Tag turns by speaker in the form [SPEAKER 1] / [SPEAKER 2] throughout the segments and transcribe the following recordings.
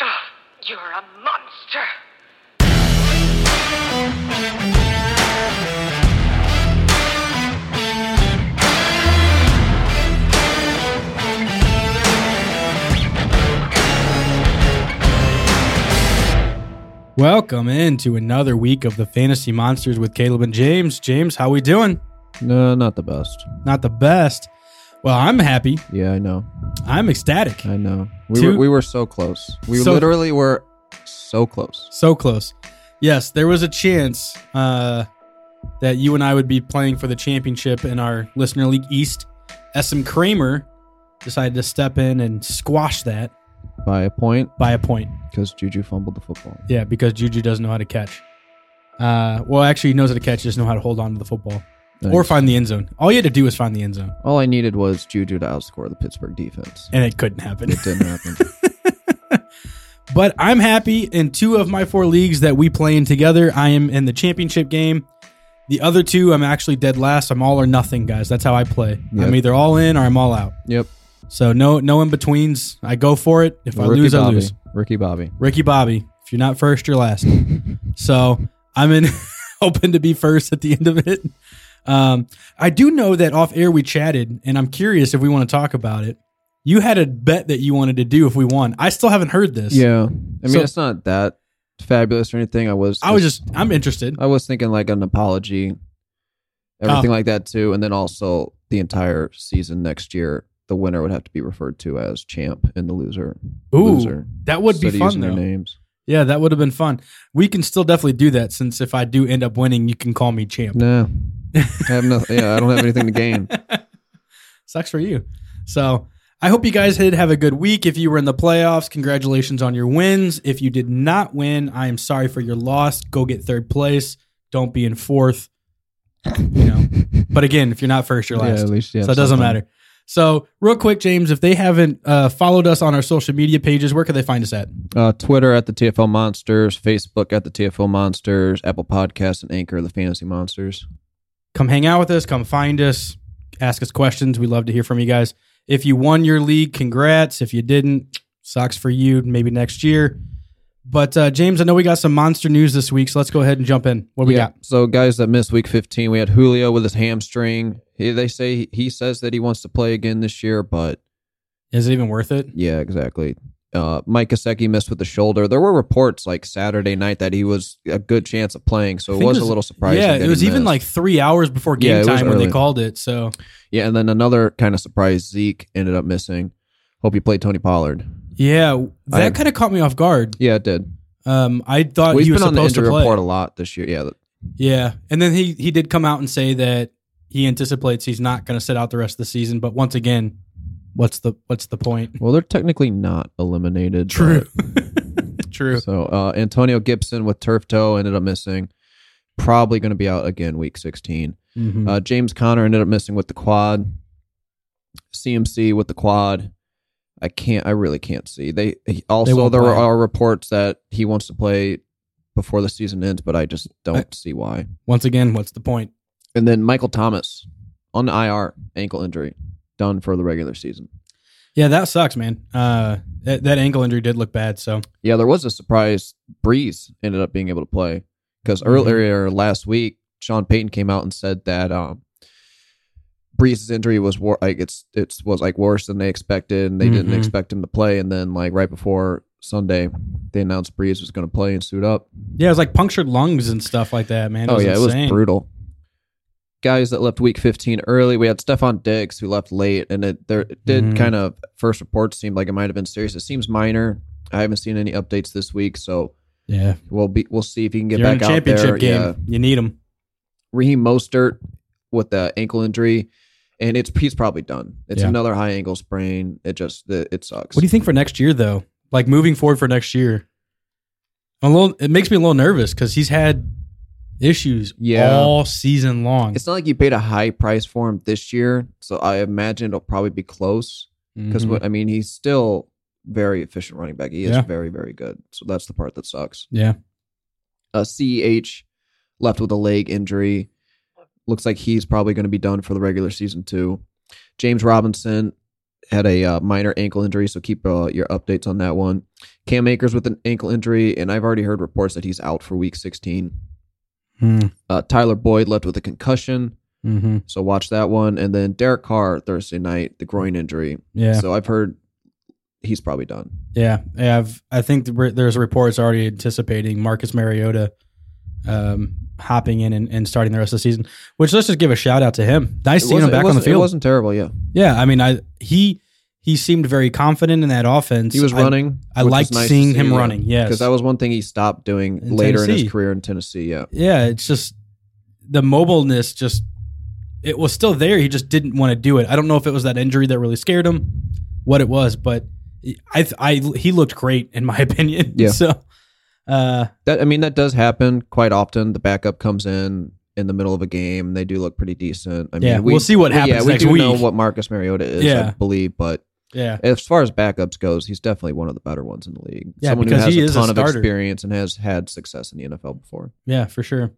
[SPEAKER 1] Ah, You're a monster.
[SPEAKER 2] Welcome into another week of the Fantasy Monsters with Caleb and James. James, how we doing?
[SPEAKER 3] No, not the best.
[SPEAKER 2] Not the best. Well, I'm happy.
[SPEAKER 3] Yeah, I know.
[SPEAKER 2] I'm ecstatic.
[SPEAKER 3] I know. We
[SPEAKER 2] Two-
[SPEAKER 3] were we were so close. We
[SPEAKER 2] So-
[SPEAKER 3] literally were so close.
[SPEAKER 2] So close. Yes, there was a chance uh, that you and I would be playing for the championship in our Listener League East. SM Kramer decided to step in and squash that
[SPEAKER 3] By a point
[SPEAKER 2] by a point.
[SPEAKER 3] because Juju fumbled the football.
[SPEAKER 2] Yeah, because Juju doesn't know how to catch. Uh, well, actually, he knows how to catch, just know how to hold on to the football or
[SPEAKER 3] Thanks.
[SPEAKER 2] find the end zone. All you had to do was find the end zone,
[SPEAKER 3] All I needed was Juju to outscore the Pittsburgh defense.
[SPEAKER 2] and it couldn't happen.
[SPEAKER 3] It didn't happen.
[SPEAKER 2] But I'm happy in two of my four leagues that we play in together. I am in the championship game. The other two, I'm actually dead last. I'm all or nothing, guys. That's how I play.
[SPEAKER 3] Yep.
[SPEAKER 2] I'm either all in or I'm all out.
[SPEAKER 3] yep.
[SPEAKER 2] So no, no in betweens. I go for it. If I
[SPEAKER 3] Ricky
[SPEAKER 2] lose,
[SPEAKER 3] Bobby.
[SPEAKER 2] I lose.
[SPEAKER 3] Ricky Bobby.
[SPEAKER 2] Ricky Bobby. If you're not first, you're last. so I'm in, hoping to be first at the end of it. Um, I do know that off air we chatted, and I'm curious if we want to talk about it. You had a bet that you wanted to do if we won. I still haven't heard this.
[SPEAKER 3] Yeah. I mean,
[SPEAKER 2] So-
[SPEAKER 3] it's not that fabulous or anything. I was.
[SPEAKER 2] I was just, Ah. I'm interested.
[SPEAKER 3] I was thinking like an apology, everything like that too, and then also the entire season next year. The winner would have to be referred to as champ, and the loser,
[SPEAKER 2] Ooh,
[SPEAKER 3] loser.
[SPEAKER 2] that would be
[SPEAKER 3] instead of
[SPEAKER 2] fun
[SPEAKER 3] using their
[SPEAKER 2] though.
[SPEAKER 3] names.
[SPEAKER 2] Yeah, that would have been fun. We can still definitely do that since if I do end up winning, you can call me champ.
[SPEAKER 3] No, I have nothing. Yeah, I don't have anything to gain.
[SPEAKER 2] Sucks for you. So I hope you guys did have a good week. If you were in the playoffs, congratulations on your wins. If you did not win, I am sorry for your loss. Go get third place. Don't be in fourth. You know. But again, if you're not first, you're last.
[SPEAKER 3] least
[SPEAKER 2] so it doesn't matter. So real quick, James, if they haven't uh, followed us on our social media pages, where can they find us at?
[SPEAKER 3] Uh, Twitter at the TFL Monsters, Facebook at the TFL Monsters, Apple Podcasts, and Anchor the Fantasy Monsters.
[SPEAKER 2] come hang out with us, come find us, ask us questions. We love to hear from you guys. If you won your league, congrats. If you didn't, sucks for you. Maybe next year. But uh, James, I know we got some monster news this week, so let's go ahead and jump in. What do we got?
[SPEAKER 3] So guys that missed Week 15, we had Julio with his hamstring. He, they say he says that he wants to play again this year, but
[SPEAKER 2] Is it even worth it?
[SPEAKER 3] Yeah, exactly. Uh, Mike Gesicki missed with the shoulder. There were reports like Saturday night that he was a good chance of playing, so
[SPEAKER 2] I
[SPEAKER 3] it
[SPEAKER 2] think
[SPEAKER 3] was, a little surprising.
[SPEAKER 2] Yeah,
[SPEAKER 3] that
[SPEAKER 2] it
[SPEAKER 3] he
[SPEAKER 2] was even
[SPEAKER 3] missed.
[SPEAKER 2] like three hours before
[SPEAKER 3] Yeah,
[SPEAKER 2] game
[SPEAKER 3] it was
[SPEAKER 2] time when they
[SPEAKER 3] early.
[SPEAKER 2] called it. So
[SPEAKER 3] yeah, and then another kind of surprise Zeke ended up missing. Hope you played Tony Pollard.
[SPEAKER 2] yeah, that
[SPEAKER 3] I-
[SPEAKER 2] kind of caught me off guard.
[SPEAKER 3] Yeah, it did.
[SPEAKER 2] Um, I thought
[SPEAKER 3] We've
[SPEAKER 2] he was
[SPEAKER 3] been on the
[SPEAKER 2] supposed to
[SPEAKER 3] injury
[SPEAKER 2] play.
[SPEAKER 3] report a lot this year. Yeah, th-
[SPEAKER 2] Yeah, and then he he did come out and say that he anticipates he's not going to sit out the rest of the season. But once again, what's the what's the point?
[SPEAKER 3] well, they're technically not eliminated.
[SPEAKER 2] True.
[SPEAKER 3] but- so uh, Antonio Gibson with turf toe ended up missing. Probably going to be out again week 16.
[SPEAKER 2] Mhm.
[SPEAKER 3] Uh, James Conner ended up missing with the quad. CMC with the quad. I can't. I really can't see. They he- also
[SPEAKER 2] won't
[SPEAKER 3] there
[SPEAKER 2] play.
[SPEAKER 3] are reports that he wants to play before the season ends, but I just don't
[SPEAKER 2] I-
[SPEAKER 3] see why.
[SPEAKER 2] once again, what's the point?
[SPEAKER 3] And then Michael Thomas on IR ankle injury, done for the regular season.
[SPEAKER 2] Yeah, that sucks, man. Uh, that, that ankle injury did look bad. So
[SPEAKER 3] Yeah, there was a surprise. Breeze ended up being able to play because
[SPEAKER 2] Mhm.
[SPEAKER 3] earlier last week, Sean Payton came out and said that um, Breeze's injury was wor- like it's it's was like worse than they expected, and they didn't
[SPEAKER 2] Mhm.
[SPEAKER 3] expect him to play. And then like right before Sunday, they announced Breeze was going to play and suit up.
[SPEAKER 2] yeah, it was like punctured lungs and stuff like that, man. It
[SPEAKER 3] oh
[SPEAKER 2] was
[SPEAKER 3] yeah, it
[SPEAKER 2] insane.
[SPEAKER 3] was brutal. Guys that left week 15 early, we had Stefan Diggs who left late, and it there it did
[SPEAKER 2] Mhm.
[SPEAKER 3] kind of first reports seemed like it might have been serious. It seems minor. I haven't seen any updates this week, so
[SPEAKER 2] Yeah,
[SPEAKER 3] We'll be we'll see if he can get
[SPEAKER 2] you're in
[SPEAKER 3] back
[SPEAKER 2] a
[SPEAKER 3] out
[SPEAKER 2] championship
[SPEAKER 3] there.
[SPEAKER 2] game.
[SPEAKER 3] Yeah,
[SPEAKER 2] You need them.
[SPEAKER 3] Raheem Mostert with the ankle injury, and it's he's probably done. It's
[SPEAKER 2] Yeah.
[SPEAKER 3] another high ankle sprain. It just it, it sucks.
[SPEAKER 2] What do you think for next year, though? Like moving forward for next year, I'm a little. It makes me a little nervous because he's had issues
[SPEAKER 3] Yeah.
[SPEAKER 2] all season long.
[SPEAKER 3] it's not like you paid a high price for him this year, so I imagine it'll probably be close. Because
[SPEAKER 2] Mhm.
[SPEAKER 3] I mean, he's still very efficient running back. He is
[SPEAKER 2] Yeah.
[SPEAKER 3] very very good. So that's the part that sucks.
[SPEAKER 2] Yeah.
[SPEAKER 3] Uh, Ceh left with a leg injury. Looks like he's probably going to be done for the regular season too. James Robinson had a uh, minor ankle injury, so keep uh, your updates on that one. Cam Akers with an ankle injury, and I've already heard reports that he's out for Week 16. Uh, Tyler Boyd left with a concussion,
[SPEAKER 2] Mm-hmm.
[SPEAKER 3] so watch that one. And then Derek Carr Thursday night, the groin injury.
[SPEAKER 2] Yeah.
[SPEAKER 3] So I've heard he's probably done.
[SPEAKER 2] Yeah, yeah. I've, I think the, re- there's reports already anticipating Marcus Mariota um, hopping in and, and starting the rest of the season. Which let's just give a shout out to him. Nice
[SPEAKER 3] It
[SPEAKER 2] seeing him
[SPEAKER 3] wasn't- it
[SPEAKER 2] back on the
[SPEAKER 3] wasn't- It
[SPEAKER 2] field.
[SPEAKER 3] wasn't terrible. Yeah,
[SPEAKER 2] Yeah, I mean, I he he seemed very confident in that offense.
[SPEAKER 3] he was
[SPEAKER 2] I-
[SPEAKER 3] running.
[SPEAKER 2] I
[SPEAKER 3] which was
[SPEAKER 2] liked
[SPEAKER 3] nice to
[SPEAKER 2] seeing
[SPEAKER 3] see,
[SPEAKER 2] him
[SPEAKER 3] yeah.
[SPEAKER 2] running. Yes,
[SPEAKER 3] because that was one thing he stopped doing
[SPEAKER 2] In
[SPEAKER 3] later in
[SPEAKER 2] Tennessee.
[SPEAKER 3] his career in Tennessee. Yeah,
[SPEAKER 2] yeah, it's just the mobileness just it was still there. He just didn't want to do it. I don't know if it was that injury that really scared him, what it was, but I I he looked great in my opinion.
[SPEAKER 3] Yeah.
[SPEAKER 2] So uh
[SPEAKER 3] that I mean that does happen quite often. The backup comes in in the middle of a game. They do look pretty decent. I mean,
[SPEAKER 2] Yeah, we'll see what
[SPEAKER 3] Yeah,
[SPEAKER 2] happens
[SPEAKER 3] we
[SPEAKER 2] next
[SPEAKER 3] do know
[SPEAKER 2] week.
[SPEAKER 3] what Marcus Mariota is.
[SPEAKER 2] Yeah.
[SPEAKER 3] I believe, but
[SPEAKER 2] yeah.
[SPEAKER 3] as far as backups goes, he's definitely one of the better ones in the league.
[SPEAKER 2] Yeah,
[SPEAKER 3] Someone who
[SPEAKER 2] because
[SPEAKER 3] has
[SPEAKER 2] he
[SPEAKER 3] a
[SPEAKER 2] is a
[SPEAKER 3] ton of
[SPEAKER 2] starter.
[SPEAKER 3] experience and has had success in the NFL before.
[SPEAKER 2] Yeah, for sure.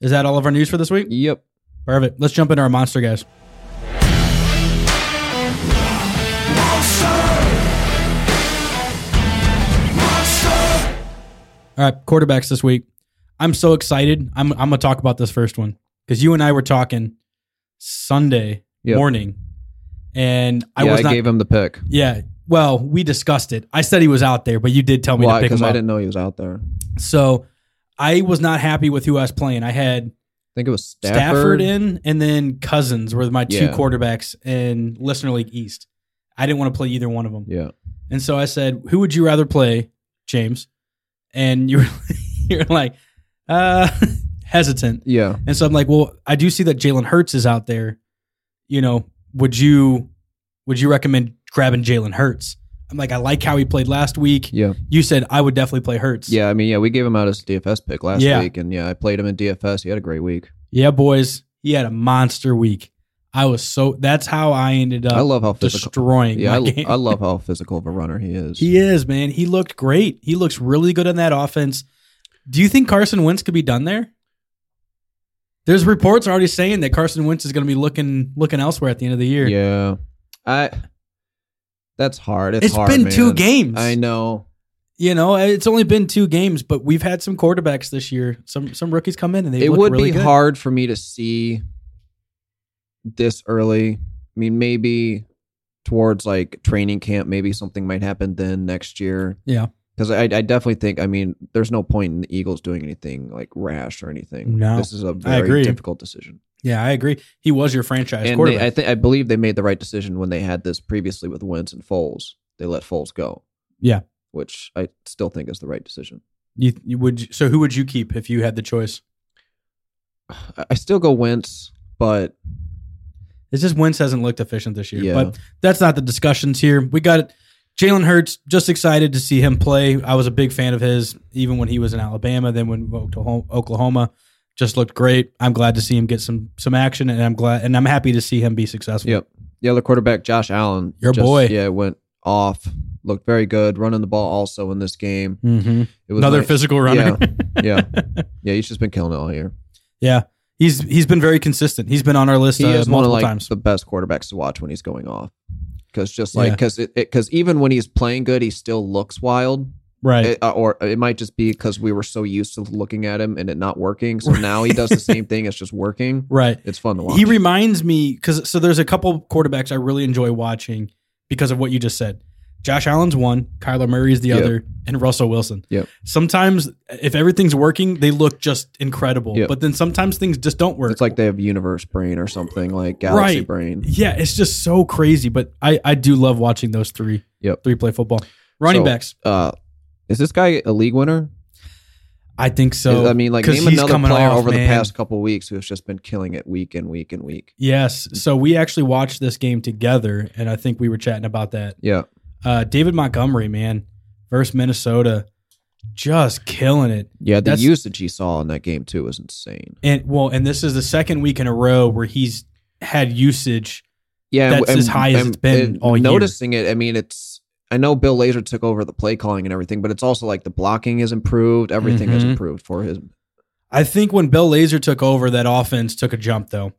[SPEAKER 2] Is that all of our news for this week?
[SPEAKER 3] Yep.
[SPEAKER 2] Perfect. Let's jump into our monster guys. All right, quarterbacks this week. I'm so excited. I'm I'm gonna talk about this first one because you and I were talking Sunday
[SPEAKER 3] Yep.
[SPEAKER 2] morning, and I
[SPEAKER 3] yeah,
[SPEAKER 2] was
[SPEAKER 3] I
[SPEAKER 2] not.
[SPEAKER 3] gave him the pick.
[SPEAKER 2] yeah, well, we discussed it. I said he was out there, but you did tell me to
[SPEAKER 3] Why?
[SPEAKER 2] pick
[SPEAKER 3] Because
[SPEAKER 2] him
[SPEAKER 3] I
[SPEAKER 2] up.
[SPEAKER 3] didn't know he was out there. I
[SPEAKER 2] So I was not happy with who I was playing. I had
[SPEAKER 3] think it was Stafford.
[SPEAKER 2] Stafford in, and then Cousins were my two
[SPEAKER 3] Yeah.
[SPEAKER 2] quarterbacks in Listener League East. I didn't want to play either one of them,
[SPEAKER 3] Yeah.
[SPEAKER 2] and so I said, "Who would you rather play, James?" And you were you're like uh, hesitant,
[SPEAKER 3] Yeah.
[SPEAKER 2] and so I'm like, "Well, I do see that Jalen Hurts is out there. You know, would you would you recommend grabbing Jalen Hurts?" I'm like, "I like how he played last week."
[SPEAKER 3] Yeah.
[SPEAKER 2] You said I would definitely play Hurts.
[SPEAKER 3] Yeah. I mean, yeah, we gave him out as DFS pick last
[SPEAKER 2] Yeah.
[SPEAKER 3] week, and yeah, I played him in DFS. He had a great week.
[SPEAKER 2] yeah, boys. He had a monster week. I was so. That's how I ended up.
[SPEAKER 3] I love how physical.
[SPEAKER 2] destroying
[SPEAKER 3] Yeah,
[SPEAKER 2] Uh, my
[SPEAKER 3] I,
[SPEAKER 2] game.
[SPEAKER 3] I love how physical of a runner he is.
[SPEAKER 2] he is, man. He looked great. He looks really good in that offense. Do you think Carson Wentz could be done there? There's reports already saying that Carson Wentz is going to be looking looking elsewhere at the end of the year.
[SPEAKER 3] yeah, I. That's hard. It's,
[SPEAKER 2] it's
[SPEAKER 3] hard,
[SPEAKER 2] been two
[SPEAKER 3] man.
[SPEAKER 2] games.
[SPEAKER 3] I know.
[SPEAKER 2] You know, it's only been two games, but we've had some quarterbacks this year. Some some rookies come in and they
[SPEAKER 3] it
[SPEAKER 2] look
[SPEAKER 3] would
[SPEAKER 2] really
[SPEAKER 3] be
[SPEAKER 2] good.
[SPEAKER 3] hard for me to see this early. I mean, maybe towards like training camp, maybe something might happen then next year.
[SPEAKER 2] Yeah.
[SPEAKER 3] Because I, I definitely think, I mean, there's no point in the Eagles doing anything like rash or anything.
[SPEAKER 2] No.
[SPEAKER 3] this is a very
[SPEAKER 2] agree.
[SPEAKER 3] difficult decision.
[SPEAKER 2] Yeah, I agree. He was your franchise
[SPEAKER 3] and
[SPEAKER 2] quarterback.
[SPEAKER 3] they, I think I believe they made the right decision when they had this previously with Wentz and Foles. They let Foles go.
[SPEAKER 2] Yeah.
[SPEAKER 3] which I still think is the right decision.
[SPEAKER 2] you, you would so who would you keep if you had the choice?
[SPEAKER 3] I, I still go Wentz, but
[SPEAKER 2] It's just Wentz hasn't looked efficient this year.
[SPEAKER 3] Yeah.
[SPEAKER 2] But that's not the discussions here. We got it. Jalen Hurts, just excited to see him play. I was a big fan of his, even when he was in Alabama, then when Oklahoma- Oklahoma just looked great. I'm glad to see him get some some action and I'm glad and I'm happy to see him be successful.
[SPEAKER 3] yep. The other quarterback, Josh Allen,
[SPEAKER 2] Your boy.
[SPEAKER 3] yeah, went off, looked very good, running the ball also in this game.
[SPEAKER 2] Mm-hmm.
[SPEAKER 3] It was
[SPEAKER 2] Another
[SPEAKER 3] nice.
[SPEAKER 2] physical runner.
[SPEAKER 3] yeah, yeah, he's just been killing it all year.
[SPEAKER 2] he's he's been very consistent. He's been on our list
[SPEAKER 3] He
[SPEAKER 2] uh,
[SPEAKER 3] is
[SPEAKER 2] multiple
[SPEAKER 3] one of like
[SPEAKER 2] times.
[SPEAKER 3] the best quarterbacks to watch when he's going off. Because just like
[SPEAKER 2] Yeah.
[SPEAKER 3] because it because even when he's playing good, he still looks wild.
[SPEAKER 2] right.
[SPEAKER 3] It- uh, or it might just be because we were so used to looking at him and it not working. So now he does the same thing. It's just working.
[SPEAKER 2] right.
[SPEAKER 3] It's fun to watch.
[SPEAKER 2] He reminds me because so there's a couple quarterbacks I really enjoy watching because of what you just said. Josh Allen's one, Kyler Murray's the
[SPEAKER 3] Yep.
[SPEAKER 2] other, and Russell Wilson.
[SPEAKER 3] Yep.
[SPEAKER 2] Sometimes if everything's working, they look just incredible.
[SPEAKER 3] Yep.
[SPEAKER 2] But then sometimes things just don't work.
[SPEAKER 3] it's like they have universe brain or something like galaxy
[SPEAKER 2] Right.
[SPEAKER 3] brain.
[SPEAKER 2] yeah, it's just so crazy. But I I do love watching those three.
[SPEAKER 3] Yep.
[SPEAKER 2] Three play football. Running
[SPEAKER 3] So-
[SPEAKER 2] backs,
[SPEAKER 3] Uh, is this guy a league winner?
[SPEAKER 2] I think so.
[SPEAKER 3] Is- I mean, like
[SPEAKER 2] 'cause
[SPEAKER 3] name
[SPEAKER 2] he's
[SPEAKER 3] another
[SPEAKER 2] coming
[SPEAKER 3] player
[SPEAKER 2] off,
[SPEAKER 3] over
[SPEAKER 2] man.
[SPEAKER 3] the past couple weeks who has just been killing it week in week in week.
[SPEAKER 2] Yes. So we actually watched this game together, and I think we were chatting about that.
[SPEAKER 3] Yeah,
[SPEAKER 2] Uh, David Montgomery, man, versus Minnesota, just killing it.
[SPEAKER 3] yeah. The
[SPEAKER 2] That's-
[SPEAKER 3] usage he saw in that game too was insane.
[SPEAKER 2] And well, and this is the second week in a row where he's had usage.
[SPEAKER 3] Yeah,
[SPEAKER 2] That's as high as it's been all year.
[SPEAKER 3] Noticing it, I mean, it's. I know Bill Lazor took over the play calling and everything, but it's also like the blocking has improved. Everything has
[SPEAKER 2] Mhm.
[SPEAKER 3] improved for his
[SPEAKER 2] I think when Bill Lazor took over, that offense took a jump though.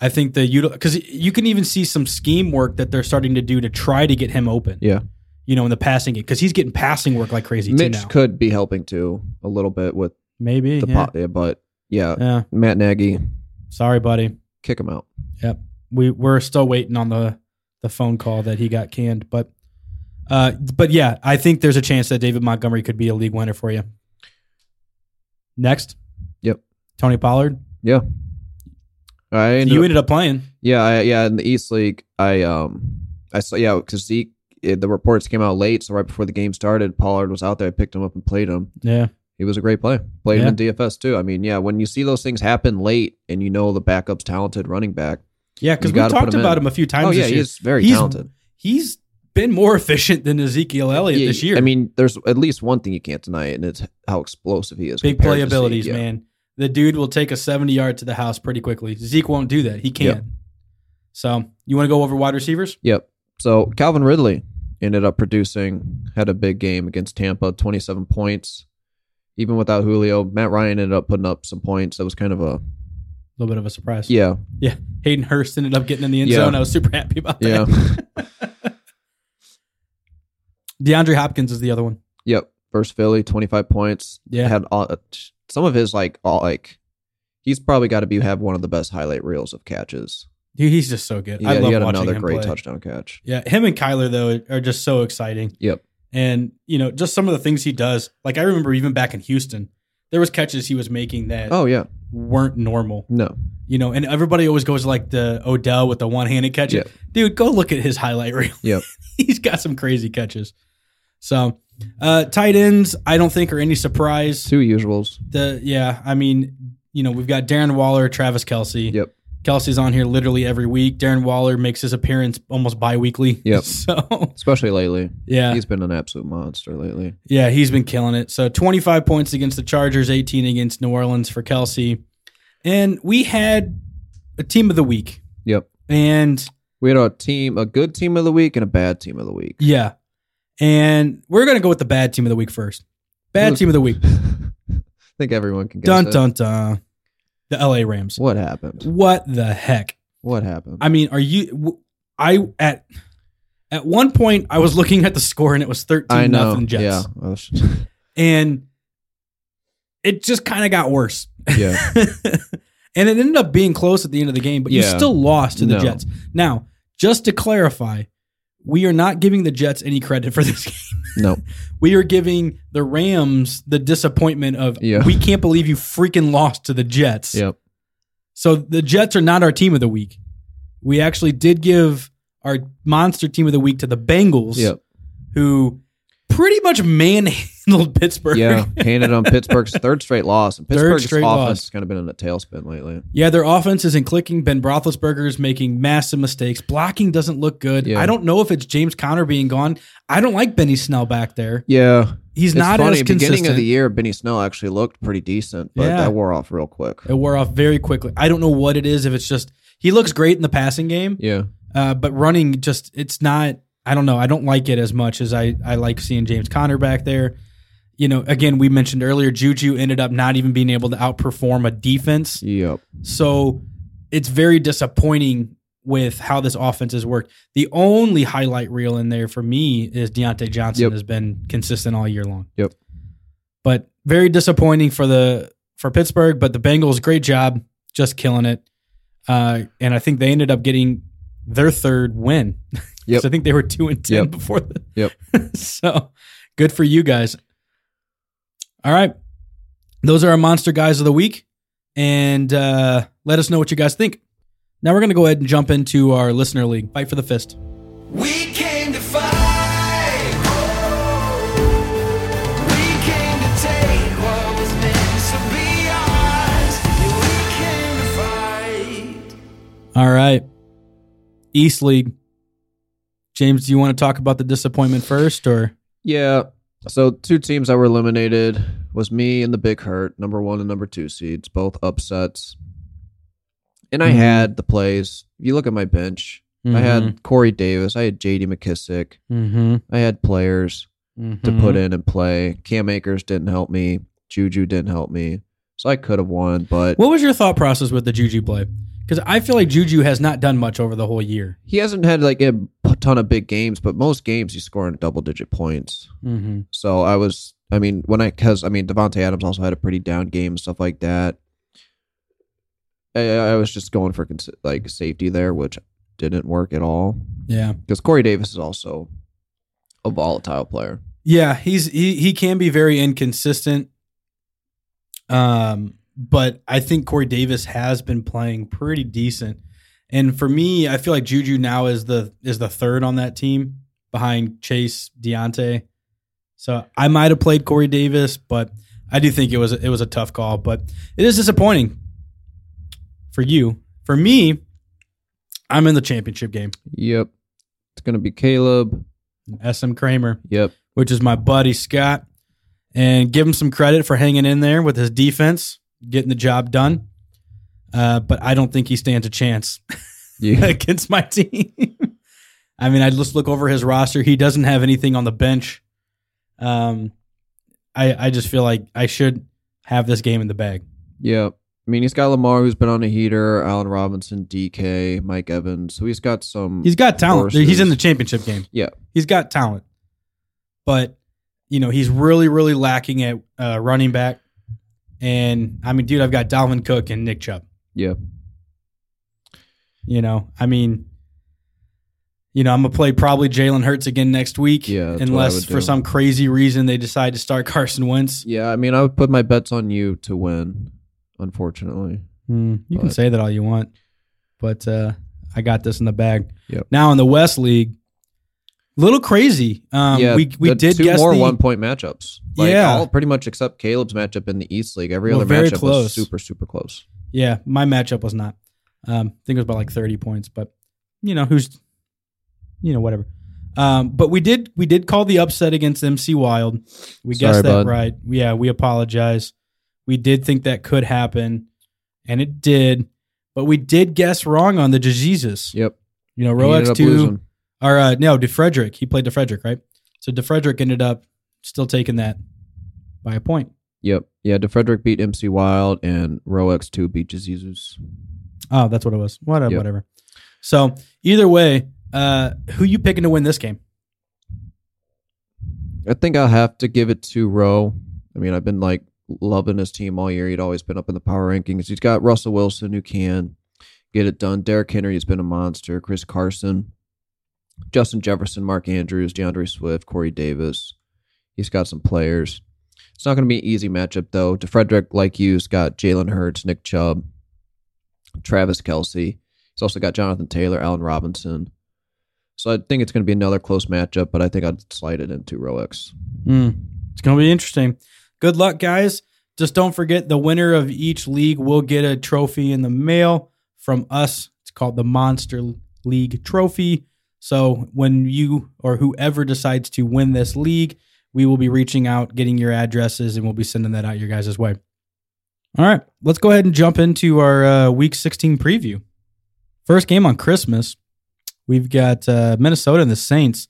[SPEAKER 2] I think the because you can even see some scheme work that they're starting to do to try to get him open.
[SPEAKER 3] Yeah.
[SPEAKER 2] You know, in the passing game because he's getting passing work like crazy too
[SPEAKER 3] Mitch
[SPEAKER 2] now.
[SPEAKER 3] could be helping too a little bit with
[SPEAKER 2] Maybe.
[SPEAKER 3] the
[SPEAKER 2] yeah.
[SPEAKER 3] pot, yeah, but yeah,
[SPEAKER 2] yeah.
[SPEAKER 3] Matt Nagy,
[SPEAKER 2] Sorry, buddy.
[SPEAKER 3] kick him out.
[SPEAKER 2] we we're still waiting on the the phone call that he got canned, but uh, but yeah, I think there's a chance that David Montgomery could be a league winner for you. Next,
[SPEAKER 3] Yep.
[SPEAKER 2] Tony Pollard.
[SPEAKER 3] I ended
[SPEAKER 2] you
[SPEAKER 3] up-
[SPEAKER 2] ended up playing.
[SPEAKER 3] Yeah, I, yeah. In the East League, I um, I saw yeah because Zeke, it, the reports came out late, so right before the game started, Pollard was out there. I picked him up and played him.
[SPEAKER 2] Yeah,
[SPEAKER 3] He was a great play. Played him in DFS too. I mean, yeah, when you see those things happen late and you know the backup's talented running back.
[SPEAKER 2] yeah, because
[SPEAKER 3] You
[SPEAKER 2] we
[SPEAKER 3] gotta
[SPEAKER 2] talked
[SPEAKER 3] put him
[SPEAKER 2] about
[SPEAKER 3] in.
[SPEAKER 2] him a few times.
[SPEAKER 3] oh yeah,
[SPEAKER 2] this year.
[SPEAKER 3] he's very
[SPEAKER 2] He's
[SPEAKER 3] talented.
[SPEAKER 2] he's been more efficient than Ezekiel Elliott
[SPEAKER 3] Yeah,
[SPEAKER 2] this year.
[SPEAKER 3] I mean, there's at least one thing you can't deny, and it's how explosive he is.
[SPEAKER 2] big
[SPEAKER 3] compared to
[SPEAKER 2] playabilities,
[SPEAKER 3] Zeke, yeah.
[SPEAKER 2] man. The dude will take a 70 yard to the house pretty quickly. Zeke won't do that. He can't. So you want to go over wide receivers?
[SPEAKER 3] Yep. So Calvin Ridley ended up producing, had a big game against Tampa, 27 points. Even without Julio, Matt Ryan ended up putting up some points. That was kind of a
[SPEAKER 2] A little bit of a surprise.
[SPEAKER 3] yeah,
[SPEAKER 2] Hayden Hurst ended up getting in the end
[SPEAKER 3] Yeah.
[SPEAKER 2] zone. I was super happy about that.
[SPEAKER 3] yeah,
[SPEAKER 2] DeAndre Hopkins is the other one.
[SPEAKER 3] yep. First Philly, 25 points.
[SPEAKER 2] Yeah.
[SPEAKER 3] Had all, uh, some of his like all like he's probably got to be have one of the best highlight reels of catches.
[SPEAKER 2] Dude, he's just so good.
[SPEAKER 3] Yeah,
[SPEAKER 2] I love
[SPEAKER 3] he had
[SPEAKER 2] watching
[SPEAKER 3] another
[SPEAKER 2] him
[SPEAKER 3] great
[SPEAKER 2] play.
[SPEAKER 3] touchdown catch.
[SPEAKER 2] Yeah, him and Kyler though are just so exciting.
[SPEAKER 3] Yep.
[SPEAKER 2] And you know, just some of the things he does. Like I remember even back in Houston, there was catches he was making that
[SPEAKER 3] Oh yeah,
[SPEAKER 2] weren't normal.
[SPEAKER 3] no,
[SPEAKER 2] You know, and everybody always goes like the Odell with the one handed catch.
[SPEAKER 3] Yeah.
[SPEAKER 2] Dude, go look at his highlight reel.
[SPEAKER 3] Yep.
[SPEAKER 2] He's got some crazy catches. So uh tight ends, I don't think are any surprise.
[SPEAKER 3] two usuals.
[SPEAKER 2] The yeah, I mean, you know, we've got Darren Waller, Travis Kelsey.
[SPEAKER 3] Yep.
[SPEAKER 2] Kelsey's on here literally every week. Darren Waller makes his appearance almost bi-weekly.
[SPEAKER 3] Yep.
[SPEAKER 2] So
[SPEAKER 3] Especially lately,
[SPEAKER 2] yeah,
[SPEAKER 3] he's been an absolute monster lately.
[SPEAKER 2] yeah, he's been killing it. So 25 points against the Chargers, 18 against New Orleans for Kelsey, and we had a team of the week.
[SPEAKER 3] Yep.
[SPEAKER 2] And
[SPEAKER 3] We had a team, a good team of the week and a bad team of the week.
[SPEAKER 2] yeah, and we're gonna go with the bad team of the week first. Bad
[SPEAKER 3] Look.
[SPEAKER 2] team of the week.
[SPEAKER 3] I think everyone can guess.
[SPEAKER 2] Dun
[SPEAKER 3] it.
[SPEAKER 2] dun dun. The L.A. Rams.
[SPEAKER 3] What happened?
[SPEAKER 2] What the heck?
[SPEAKER 3] What happened?
[SPEAKER 2] I mean, are you? w- I at at one point I was looking at the score and it was
[SPEAKER 3] I
[SPEAKER 2] thirteen nothing Jets.
[SPEAKER 3] Yeah. Oh, sh-
[SPEAKER 2] and it just kind of got worse.
[SPEAKER 3] yeah.
[SPEAKER 2] and it ended up being close at the end of the game, but you
[SPEAKER 3] Yeah.
[SPEAKER 2] still lost to the
[SPEAKER 3] No.
[SPEAKER 2] Jets. Now, just to clarify, we are not giving the Jets any credit for this game.
[SPEAKER 3] No.
[SPEAKER 2] We are giving the Rams the disappointment of
[SPEAKER 3] Yeah.
[SPEAKER 2] we can't believe you freaking lost to the Jets.
[SPEAKER 3] Yep.
[SPEAKER 2] So the Jets are not our team of the week. We actually did give our monster team of the week to the Bengals,
[SPEAKER 3] Yep.
[SPEAKER 2] who pretty much manhandled Pittsburgh.
[SPEAKER 3] Yeah. Handed on Pittsburgh's third straight loss. And Pittsburgh's
[SPEAKER 2] straight
[SPEAKER 3] offense
[SPEAKER 2] loss.
[SPEAKER 3] has kind of been in a tailspin lately.
[SPEAKER 2] Yeah, their offense isn't clicking. Ben Roethlisberger is making massive mistakes. Blocking doesn't look good.
[SPEAKER 3] Yeah.
[SPEAKER 2] I don't know if it's James Conner being gone. I don't like Benny Snell back there.
[SPEAKER 3] Yeah.
[SPEAKER 2] He's
[SPEAKER 3] It's
[SPEAKER 2] not
[SPEAKER 3] funny.
[SPEAKER 2] as
[SPEAKER 3] Beginning
[SPEAKER 2] consistent.
[SPEAKER 3] of the year, Benny Snell actually looked pretty decent, but
[SPEAKER 2] Yeah.
[SPEAKER 3] that wore off real quick.
[SPEAKER 2] it wore off very quickly. I don't know what it is. If it's just he looks great in the passing game,
[SPEAKER 3] Yeah.
[SPEAKER 2] uh, but running just it's not. I don't know. I don't like it as much as I I like seeing James Conner back there. You know, again, we mentioned earlier, Juju ended up not even being able to outperform a defense.
[SPEAKER 3] Yep.
[SPEAKER 2] So it's very disappointing with how this offense has worked. The only highlight reel in there for me is Deontay Johnson
[SPEAKER 3] Yep.
[SPEAKER 2] has been consistent all year long.
[SPEAKER 3] Yep.
[SPEAKER 2] But very disappointing for the for Pittsburgh, but the Bengals, great job, just killing it. Uh, and I think they ended up getting their third win. 'Cause
[SPEAKER 3] Yep.
[SPEAKER 2] I think they were two and ten
[SPEAKER 3] Yep.
[SPEAKER 2] before the
[SPEAKER 3] Yep.
[SPEAKER 2] so good for you guys. All right. Those are our monster guys of the week. And uh, let us know what you guys think. Now we're going to go ahead and jump into our listener league. Fight for the fist.
[SPEAKER 1] We came to fight. We came to take what was meant to be ours. Yeah, we came to fight.
[SPEAKER 2] All right. East League. James, do you want to talk about the disappointment first or
[SPEAKER 3] Yeah. So two teams that were eliminated was me and the Big Hurt, number one and number two seeds, both upsets. And I
[SPEAKER 2] Mhm.
[SPEAKER 3] had the plays. If you look at my bench, I had Corey Davis, I had J.D. McKissick,
[SPEAKER 2] mm-hmm.
[SPEAKER 3] I had players to put in and play. Cam Akers didn't help me. Juju didn't help me, so I could have won, but
[SPEAKER 2] What was your thought process with the Juju play? Because I feel like Juju has not done much over the whole year.
[SPEAKER 3] He hasn't had like a p- ton of big games, but most games he's scoring double digit points.
[SPEAKER 2] Mm-hmm.
[SPEAKER 3] So I was, I mean, when I, cause I mean, Devonte Adams also had a pretty down game and stuff like that. I, I was just going for consi- like safety there, which didn't work at all.
[SPEAKER 2] Yeah,
[SPEAKER 3] Because Corey Davis is also a volatile player.
[SPEAKER 2] yeah. He's he he can be very inconsistent. Um, but I think Corey Davis has been playing pretty decent, and for me, I feel like Juju now is the is the third on that team behind Chase Deontay. So I might have played Corey Davis, but I do think it was it was a tough call. But it is disappointing for you. For me, I'm in the championship game.
[SPEAKER 3] Yep. It's gonna be Caleb.
[SPEAKER 2] SM Kramer.
[SPEAKER 3] Yep.
[SPEAKER 2] which is my buddy Scott, and give him some credit for hanging in there with his defense, getting the job done. Uh, but I don't think he stands a chance
[SPEAKER 3] Yeah.
[SPEAKER 2] against my team. I mean, I just look over his roster; he doesn't have anything on the bench. Um, I I just feel like I should have this game in the bag.
[SPEAKER 3] Yeah. I mean, he's got Lamar, who's been on a heater, Allen Robinson, DK, Mike Evans. So he's got some.
[SPEAKER 2] He's got talent.
[SPEAKER 3] Versus-
[SPEAKER 2] He's in the championship game.
[SPEAKER 3] Yeah.
[SPEAKER 2] he's got talent, but you know he's really really lacking at uh, running back. And I mean, dude, I've got Dalvin Cook and Nick Chubb.
[SPEAKER 3] yeah.
[SPEAKER 2] You know, I mean, you know, I'm gonna play probably Jalen Hurts again next week,
[SPEAKER 3] Yeah, that's what I
[SPEAKER 2] unless
[SPEAKER 3] would
[SPEAKER 2] for
[SPEAKER 3] do.
[SPEAKER 2] some crazy reason they decide to start Carson Wentz.
[SPEAKER 3] Yeah. I mean, I would put my bets on you to win, unfortunately.
[SPEAKER 2] Hmm, you can
[SPEAKER 3] But-
[SPEAKER 2] say that all you want, but uh, I got this in the bag.
[SPEAKER 3] Yep.
[SPEAKER 2] Now in the West League, little crazy. Um,
[SPEAKER 3] yeah.
[SPEAKER 2] we we
[SPEAKER 3] the
[SPEAKER 2] did
[SPEAKER 3] two
[SPEAKER 2] guess
[SPEAKER 3] more
[SPEAKER 2] the-
[SPEAKER 3] one point matchups.
[SPEAKER 2] Yeah.
[SPEAKER 3] All, pretty much except Caleb's matchup in the East League. Every
[SPEAKER 2] Well,
[SPEAKER 3] other
[SPEAKER 2] very
[SPEAKER 3] matchup
[SPEAKER 2] close.
[SPEAKER 3] was super, super close.
[SPEAKER 2] Yeah, my matchup was not. Um, I think it was about like 30 points, but you know who's, you know whatever. Um, but we did we did call the upset against MC Wild. We
[SPEAKER 3] Sorry,
[SPEAKER 2] guessed that
[SPEAKER 3] bud.
[SPEAKER 2] right. Yeah, we apologize. We did think that could happen, and it did. But we did guess wrong on the diseases.
[SPEAKER 3] Yep.
[SPEAKER 2] You know,
[SPEAKER 3] He ended
[SPEAKER 2] Roex
[SPEAKER 3] up
[SPEAKER 2] two
[SPEAKER 3] losing.
[SPEAKER 2] or uh, no DeFrederick. He played DeFrederick, right? So DeFrederick ended up still taking that by a point.
[SPEAKER 3] Yep. Yeah. DeFrederick beat MC Wild and Roex2 beat Jesus.
[SPEAKER 2] Oh, that's what it was. Whatever.
[SPEAKER 3] Yep.
[SPEAKER 2] Whatever. So either way, uh, who you picking to win this game?
[SPEAKER 3] I think I'll have to give it to Rowe. I mean, I've been like loving his team all year. He'd always been up in the power rankings. He's got Russell Wilson who can get it done. Derrick Henry has been a monster. Chris Carson, Justin Jefferson, Mark Andrews, DeAndre Swift, Corey Davis. He's got some players. It's not going to be an easy matchup though. DeFrederick, like you, has got Jalen Hurts, Nick Chubb, Travis Kelsey. He's also got Jonathan Taylor, Allen Robinson. So I think it's going to be another close matchup, but I think I'd slide it into Roex.
[SPEAKER 2] Hmm. It's gonna be interesting. Good luck, guys. Just don't forget the winner of each league will get a trophy in the mail from us. It's called the Monster League Trophy. So when you or whoever decides to win this league, we will be reaching out, getting your addresses, and we'll be sending that out your guys' way. All right, let's go ahead and jump into our uh, Week 16 preview. First game on Christmas, we've got uh, Minnesota and the Saints.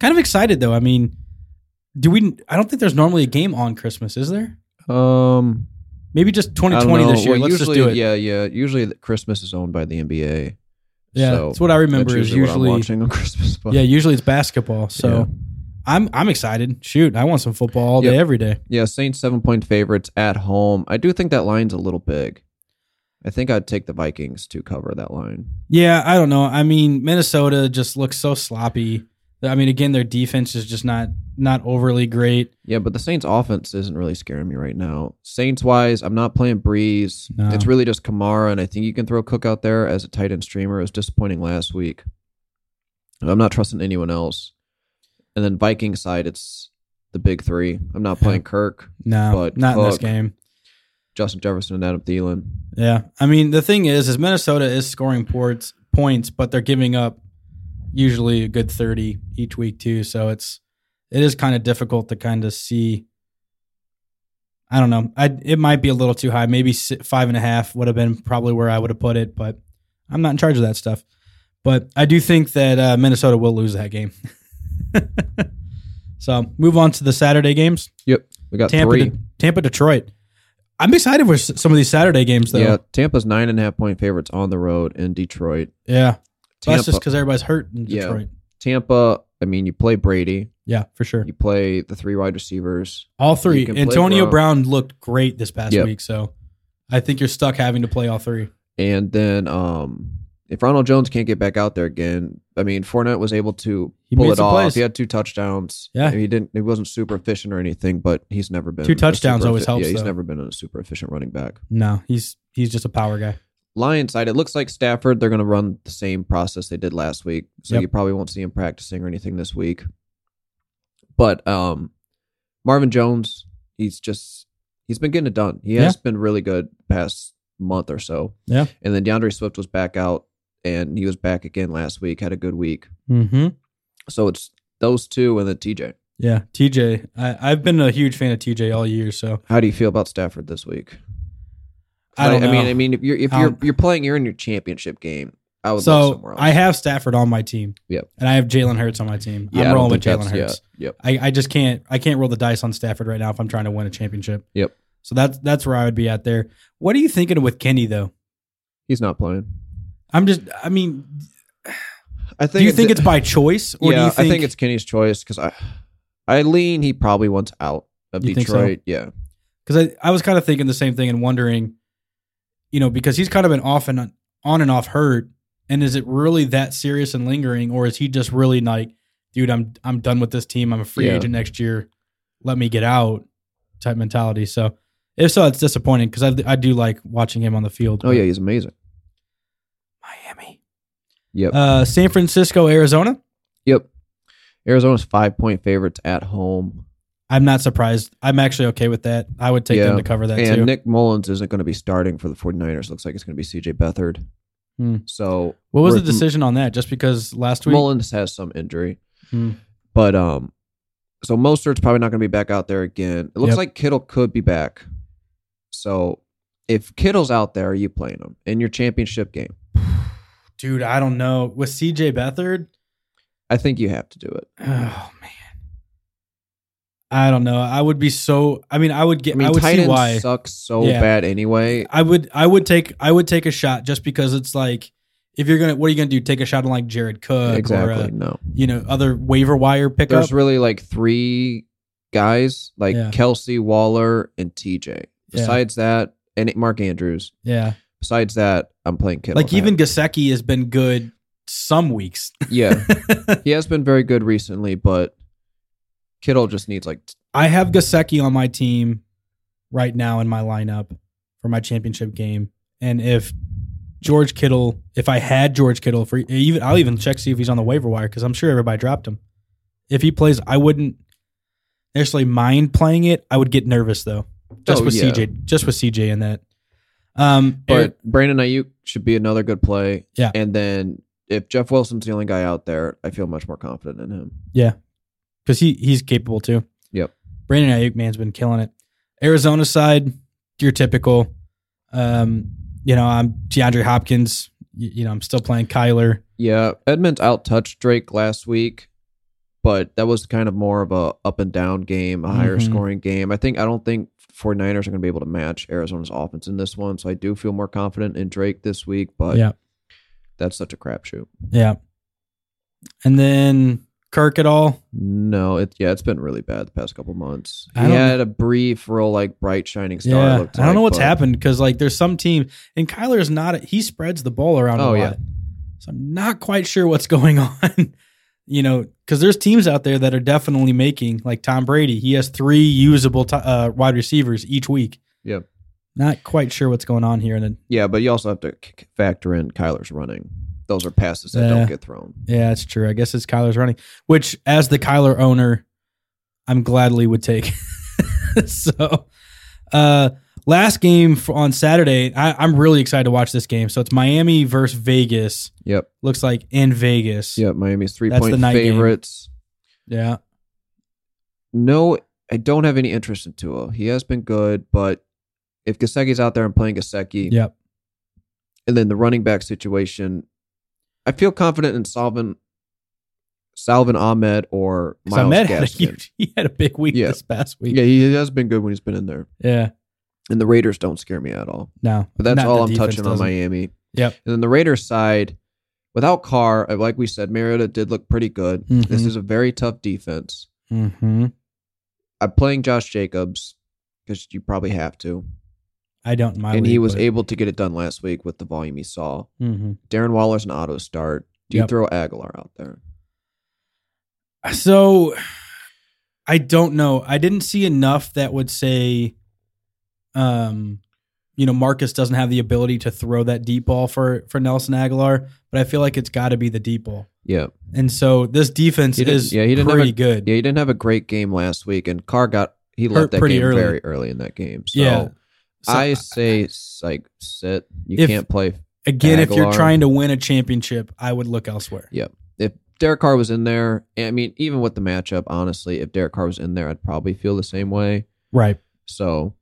[SPEAKER 2] Kind of excited though. I mean, do we? I don't think there's normally a game on Christmas, is there?
[SPEAKER 3] Um,
[SPEAKER 2] Maybe just
[SPEAKER 3] I don't
[SPEAKER 2] 2020
[SPEAKER 3] know.
[SPEAKER 2] this year.
[SPEAKER 3] Well,
[SPEAKER 2] Let's
[SPEAKER 3] usually,
[SPEAKER 2] just do it. Yeah,
[SPEAKER 3] Yeah, yeah. Usually, the Christmas is owned by the NBA. so
[SPEAKER 2] that's what I remember.
[SPEAKER 3] that's
[SPEAKER 2] Is
[SPEAKER 3] usually what I'm
[SPEAKER 2] usually
[SPEAKER 3] watching on Christmas. But
[SPEAKER 2] yeah, usually it's basketball. So
[SPEAKER 3] Yeah.
[SPEAKER 2] I'm I'm excited. Shoot, I want some football all day,
[SPEAKER 3] Yep.
[SPEAKER 2] every day.
[SPEAKER 3] yeah, Saints seven point favorites at home. I do think that line's a little big. I think I'd take the Vikings to cover that line.
[SPEAKER 2] Yeah, I don't know. I mean, Minnesota just looks so sloppy. I mean, again, their defense is just not not overly great.
[SPEAKER 3] Yeah, but the Saints offense isn't really scaring me right now. Saints wise, I'm not playing Breeze.
[SPEAKER 2] No.
[SPEAKER 3] It's really just Kamara, and I think you can throw Cook out there as a tight end streamer. It was disappointing last week. I'm not trusting anyone else. And then Viking side, it's the big three. I'm not playing Kirk,
[SPEAKER 2] No,
[SPEAKER 3] But
[SPEAKER 2] not in this
[SPEAKER 3] Cook.
[SPEAKER 2] game.
[SPEAKER 3] Justin Jefferson, and Adam Thielen.
[SPEAKER 2] Yeah, I mean, the thing is, is Minnesota is scoring ports, points, but they're giving up usually a good thirty each week too. So it's it is kind of difficult to kind of see. I don't know. I it might be a little too high. Maybe si- five and a half would have been probably where I would have put it, but I'm not in charge of that stuff. But I do think that uh, Minnesota will lose that game. so move on to the Saturday games.
[SPEAKER 3] Yep, we got
[SPEAKER 2] Tampa,
[SPEAKER 3] three.
[SPEAKER 2] De- Tampa, Detroit. I'm excited for s- some of these Saturday games though.
[SPEAKER 3] Yeah,
[SPEAKER 2] Yeah,
[SPEAKER 3] Tampa's nine and a half point favorites on the road in Detroit.
[SPEAKER 2] But
[SPEAKER 3] Tampa,
[SPEAKER 2] that's just because everybody's hurt in
[SPEAKER 3] Yeah.
[SPEAKER 2] Detroit.
[SPEAKER 3] Tampa. I mean, you play Brady,
[SPEAKER 2] Yeah, for sure.
[SPEAKER 3] you play the three wide receivers.
[SPEAKER 2] All
[SPEAKER 3] You
[SPEAKER 2] three.
[SPEAKER 3] can play uh,
[SPEAKER 2] Antonio
[SPEAKER 3] Brown.
[SPEAKER 2] Brown. looked great this past
[SPEAKER 3] Yep.
[SPEAKER 2] week, so I think you're stuck having to play all three.
[SPEAKER 3] And then um, if Ronald Jones can't get back out there again, I mean, Fournette was able to
[SPEAKER 2] He
[SPEAKER 3] pull
[SPEAKER 2] made
[SPEAKER 3] it
[SPEAKER 2] some
[SPEAKER 3] off.
[SPEAKER 2] plays.
[SPEAKER 3] He had two touchdowns.
[SPEAKER 2] Yeah.
[SPEAKER 3] I mean, he didn't. He wasn't super efficient or anything, but he's never been
[SPEAKER 2] Two
[SPEAKER 3] a
[SPEAKER 2] touchdowns
[SPEAKER 3] super
[SPEAKER 2] always
[SPEAKER 3] effi-
[SPEAKER 2] helps,
[SPEAKER 3] Yeah, he's
[SPEAKER 2] though.
[SPEAKER 3] never been a super efficient running back.
[SPEAKER 2] No, he's he's just a power guy.
[SPEAKER 3] Lions side, it looks like Stafford. They're going to run the same process they did last week, so
[SPEAKER 2] Yep.
[SPEAKER 3] you probably won't see him practicing or anything this week. But um, Marvin Jones, he's just he's been getting it done. He has been really good past month or so.
[SPEAKER 2] Yeah.
[SPEAKER 3] and then DeAndre Swift was back out, and he was back again last week. Had a good week,
[SPEAKER 2] Mm-hmm.
[SPEAKER 3] so it's those two and then TJ.
[SPEAKER 2] Yeah, TJ. I, I've been a huge fan of TJ all year, so
[SPEAKER 3] How do you feel about Stafford this week?
[SPEAKER 2] I don't.
[SPEAKER 3] Like, I mean,
[SPEAKER 2] know.
[SPEAKER 3] I mean, if you're if
[SPEAKER 2] Um,
[SPEAKER 3] you're you're playing, you're in your championship game. I would look
[SPEAKER 2] so
[SPEAKER 3] somewhere else.
[SPEAKER 2] I have Stafford on my team.
[SPEAKER 3] Yep.
[SPEAKER 2] And I have Jalen Hurts on my team.
[SPEAKER 3] Yeah, I
[SPEAKER 2] I'm
[SPEAKER 3] don't
[SPEAKER 2] rolling with
[SPEAKER 3] think
[SPEAKER 2] Jalen
[SPEAKER 3] that's- yeah,
[SPEAKER 2] Hurts.
[SPEAKER 3] Yep.
[SPEAKER 2] I, I just can't I can't roll the dice on Stafford right now if I'm trying to win a championship.
[SPEAKER 3] Yep.
[SPEAKER 2] So that's that's where I would be at there. What are you thinking with Kenny though?
[SPEAKER 3] He's not playing.
[SPEAKER 2] I'm just I mean,
[SPEAKER 3] I think
[SPEAKER 2] do you think it's by choice or
[SPEAKER 3] yeah,
[SPEAKER 2] do you think,
[SPEAKER 3] I think it's Kenny's choice because I, I lean he probably wants out of
[SPEAKER 2] You think so?
[SPEAKER 3] Detroit. Yeah,
[SPEAKER 2] because I, I was kind of thinking the same thing and wondering, you know, because he's kind of been off and on, on and off hurt, and is it really that serious and lingering, or is he just really like, dude, I'm I'm done with this team. I'm a free
[SPEAKER 3] Yeah.
[SPEAKER 2] agent next year. Let me get out, type mentality. So if so, it's disappointing because I I do like watching him on the field.
[SPEAKER 3] oh yeah, he's amazing.
[SPEAKER 2] Miami,
[SPEAKER 3] Yep,
[SPEAKER 2] uh, San Francisco, Arizona.
[SPEAKER 3] yep. Arizona's five point favorites at home,
[SPEAKER 2] I'm not surprised. I'm actually okay with that. I would take
[SPEAKER 3] Yeah.
[SPEAKER 2] them to cover that
[SPEAKER 3] and
[SPEAKER 2] too.
[SPEAKER 3] Nick Mullins isn't going to be starting for the 49ers. Looks like it's going to be C.J. Beathard.
[SPEAKER 2] Hmm.
[SPEAKER 3] So
[SPEAKER 2] what was the
[SPEAKER 3] we're-
[SPEAKER 2] decision on that? Just because last week,
[SPEAKER 3] Mullins has some injury,
[SPEAKER 2] Hmm.
[SPEAKER 3] but um, so Mostert's probably not going to be back out there again. It looks
[SPEAKER 2] Yep.
[SPEAKER 3] like Kittle could be back. So if Kittle's out there, are you playing him in your championship game?
[SPEAKER 2] dude, I don't know. With CJ Beathard,
[SPEAKER 3] I think you have to do it.
[SPEAKER 2] Oh man, I don't know. I would be so. I mean, I would
[SPEAKER 3] I
[SPEAKER 2] get. I,
[SPEAKER 3] mean,
[SPEAKER 2] would
[SPEAKER 3] tight
[SPEAKER 2] see
[SPEAKER 3] end
[SPEAKER 2] why.
[SPEAKER 3] sucks so
[SPEAKER 2] Yeah.
[SPEAKER 3] bad anyway.
[SPEAKER 2] I would. I would take. I would take a shot just because it's like, if you're gonna, what are you gonna do? Take a shot on like Jared Cook or
[SPEAKER 3] exactly.
[SPEAKER 2] uh,
[SPEAKER 3] no,
[SPEAKER 2] you know other waiver wire pickup.
[SPEAKER 3] there's really like three guys like
[SPEAKER 2] Yeah.
[SPEAKER 3] Kelsey Waller and TJ.
[SPEAKER 2] Yeah.
[SPEAKER 3] Besides that, and Mark Andrews.
[SPEAKER 2] yeah,
[SPEAKER 3] Besides that, I'm playing Kittle.
[SPEAKER 2] like even Gasecki has been good some weeks.
[SPEAKER 3] yeah, he has been very good recently, but Kittle just needs like t-
[SPEAKER 2] I have Gasecki on my team right now in my lineup for my championship game, and if George Kittle, if I had George Kittle for e, even, I'll even check see if he's on the waiver wire because I'm sure everybody dropped him. If he plays, I wouldn't necessarily mind playing it. I would get nervous though, just
[SPEAKER 3] Oh,
[SPEAKER 2] with
[SPEAKER 3] yeah.
[SPEAKER 2] CJ, just with CJ in that. Um,
[SPEAKER 3] But
[SPEAKER 2] Eric-
[SPEAKER 3] Brandon Ayuk should be another good play.
[SPEAKER 2] Yeah.
[SPEAKER 3] and then if Jeff Wilson's the only guy out there, I feel much more confident in him.
[SPEAKER 2] because he he's capable too.
[SPEAKER 3] Yep.
[SPEAKER 2] Brandon Ayuk man's been killing it. Arizona side, your typical. Um, you know, I'm DeAndre Hopkins. You, you know, I'm still playing Kyler.
[SPEAKER 3] Yeah, Edmonds outtouched Drake last week, but that was kind of more of a up and down game, a higher
[SPEAKER 2] Mhm.
[SPEAKER 3] scoring game. I think I don't think 49ers are going to be able to match Arizona's offense in this one, so I do feel more confident in Drake this week, but
[SPEAKER 2] Yeah.
[SPEAKER 3] that's such a crapshoot.
[SPEAKER 2] Yeah. And then Kirk at all.
[SPEAKER 3] No, it yeah, it's been really bad the past couple months. He
[SPEAKER 2] I don't-
[SPEAKER 3] had a brief real like bright shining star it
[SPEAKER 2] Yeah.
[SPEAKER 3] looked
[SPEAKER 2] I don't know
[SPEAKER 3] like,
[SPEAKER 2] what's
[SPEAKER 3] but
[SPEAKER 2] happened because like there's some team and Kyler's not. He spreads the ball around a
[SPEAKER 3] Oh,
[SPEAKER 2] lot.
[SPEAKER 3] yeah.
[SPEAKER 2] So I'm not quite sure what's going on. you know, because there's teams out there that are definitely making like Tom Brady. He has three usable ti- uh, wide receivers each week.
[SPEAKER 3] Yeah.
[SPEAKER 2] Not quite sure what's going on here. And then,
[SPEAKER 3] Yeah, but you also have to k- factor in Kyler's running. Those are passes that
[SPEAKER 2] Yeah.
[SPEAKER 3] don't get thrown.
[SPEAKER 2] yeah, that's true. I guess it's Kyler's running, which as the Kyler owner, I'm gladly would take. so, uh, last game for, on Saturday, I, I'm really excited to watch this game. So it's Miami versus Vegas.
[SPEAKER 3] Yep.
[SPEAKER 2] Looks like in Vegas.
[SPEAKER 3] Yep, Miami's 3
[SPEAKER 2] That's the
[SPEAKER 3] point
[SPEAKER 2] night game.
[SPEAKER 3] favorites.
[SPEAKER 2] Yeah.
[SPEAKER 3] No, I don't have any interest in Tua. He has been good, but if Gasecki's out there and playing Gasecki,
[SPEAKER 2] Yep.
[SPEAKER 3] and then the running back situation, I feel confident in solving Salvin Ahmed or
[SPEAKER 2] 'Cause
[SPEAKER 3] Miles
[SPEAKER 2] Ahmed had a
[SPEAKER 3] Gaskin.
[SPEAKER 2] huge, he had a big week
[SPEAKER 3] Yeah.
[SPEAKER 2] this past week.
[SPEAKER 3] Yeah, he has been good when he's been in there.
[SPEAKER 2] Yeah.
[SPEAKER 3] And the Raiders don't scare me at all.
[SPEAKER 2] No,
[SPEAKER 3] But that's
[SPEAKER 2] Not
[SPEAKER 3] all
[SPEAKER 2] the
[SPEAKER 3] I'm
[SPEAKER 2] defense
[SPEAKER 3] touching on
[SPEAKER 2] doesn't.
[SPEAKER 3] Miami.
[SPEAKER 2] Yep.
[SPEAKER 3] And then the Raiders side, without Carr, uh, like we said, Mariota did look pretty good. This
[SPEAKER 2] Mhm.
[SPEAKER 3] is a very tough defense.
[SPEAKER 2] Mm-hmm.
[SPEAKER 3] I'm playing Josh Jacobs because you probably have to.
[SPEAKER 2] I don't mind.
[SPEAKER 3] and he was able to get it done last week with the volume he saw.
[SPEAKER 2] Mm-hmm.
[SPEAKER 3] Darren Waller's an auto start. Do you
[SPEAKER 2] Yep.
[SPEAKER 3] throw Aguilar out there?
[SPEAKER 2] So I don't know. I didn't see enough that would say, um, you know, Marcus doesn't have the ability to throw that deep ball for for Nelson Aguilar, but I feel like it's got to be the deep ball.
[SPEAKER 3] Yeah.
[SPEAKER 2] And so this defense
[SPEAKER 3] He didn't-
[SPEAKER 2] is
[SPEAKER 3] yeah, he didn't have
[SPEAKER 2] pretty
[SPEAKER 3] a-
[SPEAKER 2] good.
[SPEAKER 3] Yeah, he didn't have a great game last week, and Carr got he
[SPEAKER 2] Hurt
[SPEAKER 3] left that
[SPEAKER 2] pretty
[SPEAKER 3] game
[SPEAKER 2] early.
[SPEAKER 3] very early in that game. So
[SPEAKER 2] Yeah. So
[SPEAKER 3] I say like sit. You
[SPEAKER 2] If-
[SPEAKER 3] can't play
[SPEAKER 2] again, if you're
[SPEAKER 3] Aguilar.
[SPEAKER 2] trying to win a championship, I would look elsewhere.
[SPEAKER 3] if Derek Carr was in there. I mean, even with the matchup, honestly, if Derek Carr was in there, I'd probably feel the same way.
[SPEAKER 2] Right.
[SPEAKER 3] So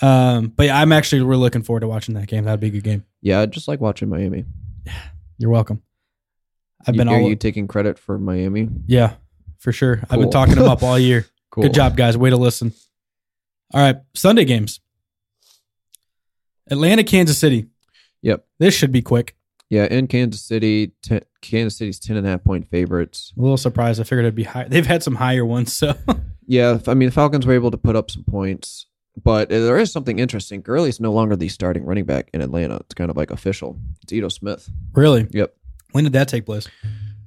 [SPEAKER 2] Um, but yeah, I'm actually we're looking forward to watching that game. That'd be a good game.
[SPEAKER 3] yeah, I just like watching Miami.
[SPEAKER 2] You're welcome. I've
[SPEAKER 3] You-
[SPEAKER 2] been
[SPEAKER 3] are
[SPEAKER 2] all
[SPEAKER 3] you taking credit for Miami?
[SPEAKER 2] yeah, for sure. I've been
[SPEAKER 3] Cool.
[SPEAKER 2] talking them up all year.
[SPEAKER 3] Cool.
[SPEAKER 2] Good job, guys. Way to listen. All right, Sunday games. Atlanta, Kansas City.
[SPEAKER 3] Yep.
[SPEAKER 2] This should be quick.
[SPEAKER 3] Yeah, in Kansas City, ten, Kansas City's ten and a half point favorites.
[SPEAKER 2] A little surprised. I figured it'd be high. They've had some higher ones, so
[SPEAKER 3] Yeah, f- I mean, the Falcons were able to put up some points, but there is something interesting. Gurley's no longer the starting running back in Atlanta. It's kind of like official. It's Edo Smith.
[SPEAKER 2] really.
[SPEAKER 3] Yep.
[SPEAKER 2] When did that take place?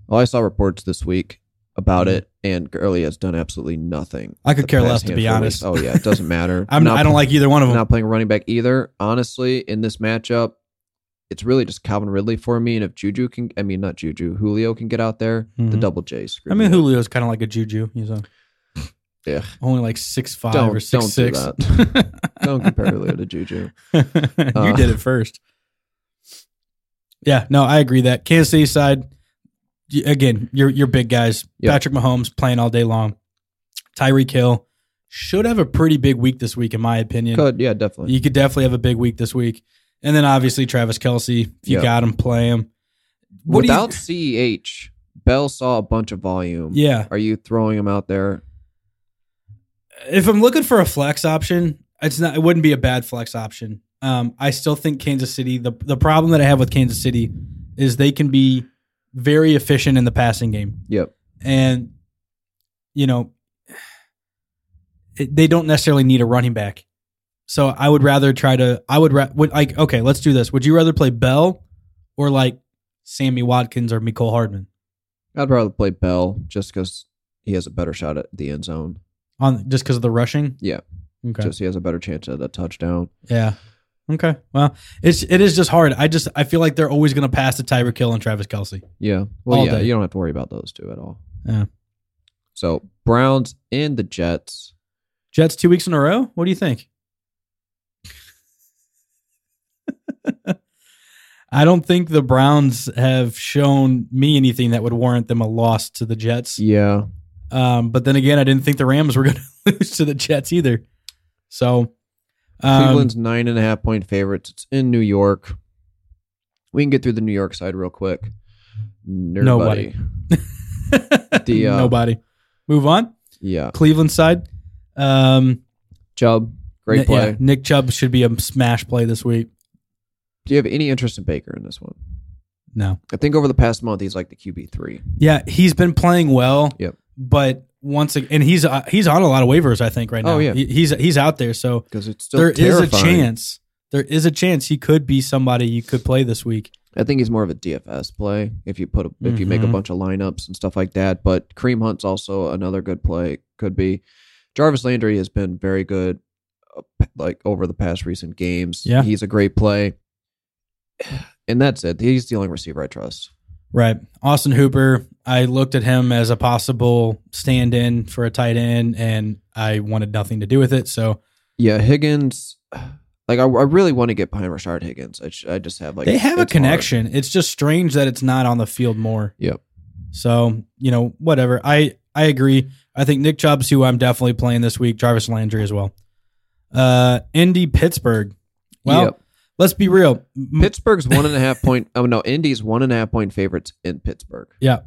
[SPEAKER 3] Well, I saw reports this week about it, and Gurley has done absolutely nothing.
[SPEAKER 2] Mm-hmm. I could
[SPEAKER 3] the
[SPEAKER 2] care less,
[SPEAKER 3] past
[SPEAKER 2] to be
[SPEAKER 3] handful of
[SPEAKER 2] honest.
[SPEAKER 3] weeks. Oh yeah, it doesn't matter.
[SPEAKER 2] I'm. Not, I don't like either one of
[SPEAKER 3] I'm
[SPEAKER 2] them.
[SPEAKER 3] not playing running back either. Honestly, in this matchup, it's really just Calvin Ridley for me. And if Juju can, I mean, not Juju, Julio can get out there, the
[SPEAKER 2] Mhm.
[SPEAKER 3] double J. Screw
[SPEAKER 2] I mean,
[SPEAKER 3] me.
[SPEAKER 2] Julio's kind of like a juju. He's a,
[SPEAKER 3] Ugh.
[SPEAKER 2] only like six five
[SPEAKER 3] Don't-
[SPEAKER 2] or six six.
[SPEAKER 3] don't do don't compare Julio to Juju.
[SPEAKER 2] you
[SPEAKER 3] Uh.
[SPEAKER 2] did it first. Yeah, no, I agree that Kansas City side y- again, your your big guys,
[SPEAKER 3] Yeah.
[SPEAKER 2] Patrick Mahomes playing all day long. Tyreek Hill should have a pretty big week this week, in my opinion.
[SPEAKER 3] Could yeah, definitely.
[SPEAKER 2] You could definitely have a big week this week, and then obviously Travis Kelsey. If you
[SPEAKER 3] Yeah.
[SPEAKER 2] got him, play him. What do you-
[SPEAKER 3] Without Ceh, Bell saw a bunch of volume.
[SPEAKER 2] yeah,
[SPEAKER 3] Are you throwing him out there?
[SPEAKER 2] if I'm looking for a flex option, it's not. It wouldn't be a bad flex option. Um, I still think Kansas City. The the problem that I have with Kansas City is they can be very efficient in the passing game,
[SPEAKER 3] Yep.
[SPEAKER 2] and you know it, they don't necessarily need a running back. So I would rather try to. I would, ra- would like okay. Let's do this. Would you rather play Bell or like Sammy Watkins or Nicole Hardman
[SPEAKER 3] I'd rather play Bell just because he has a better shot at the end zone.
[SPEAKER 2] on just because of the rushing?
[SPEAKER 3] Yeah.
[SPEAKER 2] Okay.
[SPEAKER 3] Just he has a better chance at a touchdown.
[SPEAKER 2] Yeah. Okay. Well, it's it is just hard. I just I feel like they're always going to pass to Tyreek Hill and Travis Kelsey.
[SPEAKER 3] Yeah. Well,
[SPEAKER 2] All
[SPEAKER 3] yeah,
[SPEAKER 2] day.
[SPEAKER 3] you don't have to worry about those two at all.
[SPEAKER 2] Yeah.
[SPEAKER 3] So Browns and the Jets.
[SPEAKER 2] Jets two weeks in a row. What do you think? I don't think the Browns have shown me anything that would warrant them a loss to the Jets.
[SPEAKER 3] Yeah.
[SPEAKER 2] Um, but then again, I didn't think the Rams were going to lose to the Jets either. So, um,
[SPEAKER 3] Cleveland's nine and a half point favorites. It's in New York. We can get through the New York side real quick. Nobody. the, uh,
[SPEAKER 2] nobody. Move on.
[SPEAKER 3] Yeah.
[SPEAKER 2] Cleveland side. Um,
[SPEAKER 3] Chubb, great
[SPEAKER 2] Ni-
[SPEAKER 3] play.
[SPEAKER 2] yeah, Nick Chubb should be a smash play this week.
[SPEAKER 3] Do you have any interest in Baker in this one?
[SPEAKER 2] No.
[SPEAKER 3] I think over the past month he's like the QB three.
[SPEAKER 2] Yeah, he's been playing well.
[SPEAKER 3] Yep.
[SPEAKER 2] But once again, and he's uh, he's on a lot of waivers, I think, right now.
[SPEAKER 3] Oh, yeah.
[SPEAKER 2] He- he's he's out there, so
[SPEAKER 3] Because it's still
[SPEAKER 2] there is
[SPEAKER 3] terrifying.
[SPEAKER 2] a chance. There is a chance he could be somebody you could play this week.
[SPEAKER 3] I think he's more of a DFS play if you put a, if you make a
[SPEAKER 2] Mhm.
[SPEAKER 3] bunch of lineups and stuff like that. But Kareem Hunt's also another good play. Could be Jarvis Landry has been very good, uh, p- like over the past recent games.
[SPEAKER 2] Yeah.
[SPEAKER 3] he's a great play. And that's it. He's the only receiver I trust.
[SPEAKER 2] Right. Austin Hooper, I looked at him as a possible stand in for a tight end, and I wanted nothing to do with it. So
[SPEAKER 3] Yeah, Higgins. Like I, I really want to get behind Rashard Higgins. I, sh- I just have like
[SPEAKER 2] they have a
[SPEAKER 3] it's hard.
[SPEAKER 2] connection. It's just strange that it's not on the field more.
[SPEAKER 3] Yep.
[SPEAKER 2] So you know, whatever. I I agree. I think Nick Chubb's who I'm definitely playing this week. Jarvis Landry as well. Uh, Indy Pittsburgh. Well,
[SPEAKER 3] Yep.
[SPEAKER 2] let's be real. M-
[SPEAKER 3] Pittsburgh's one and a half point. Oh no, Indy's one and a half point favorites in Pittsburgh.
[SPEAKER 2] Yeah.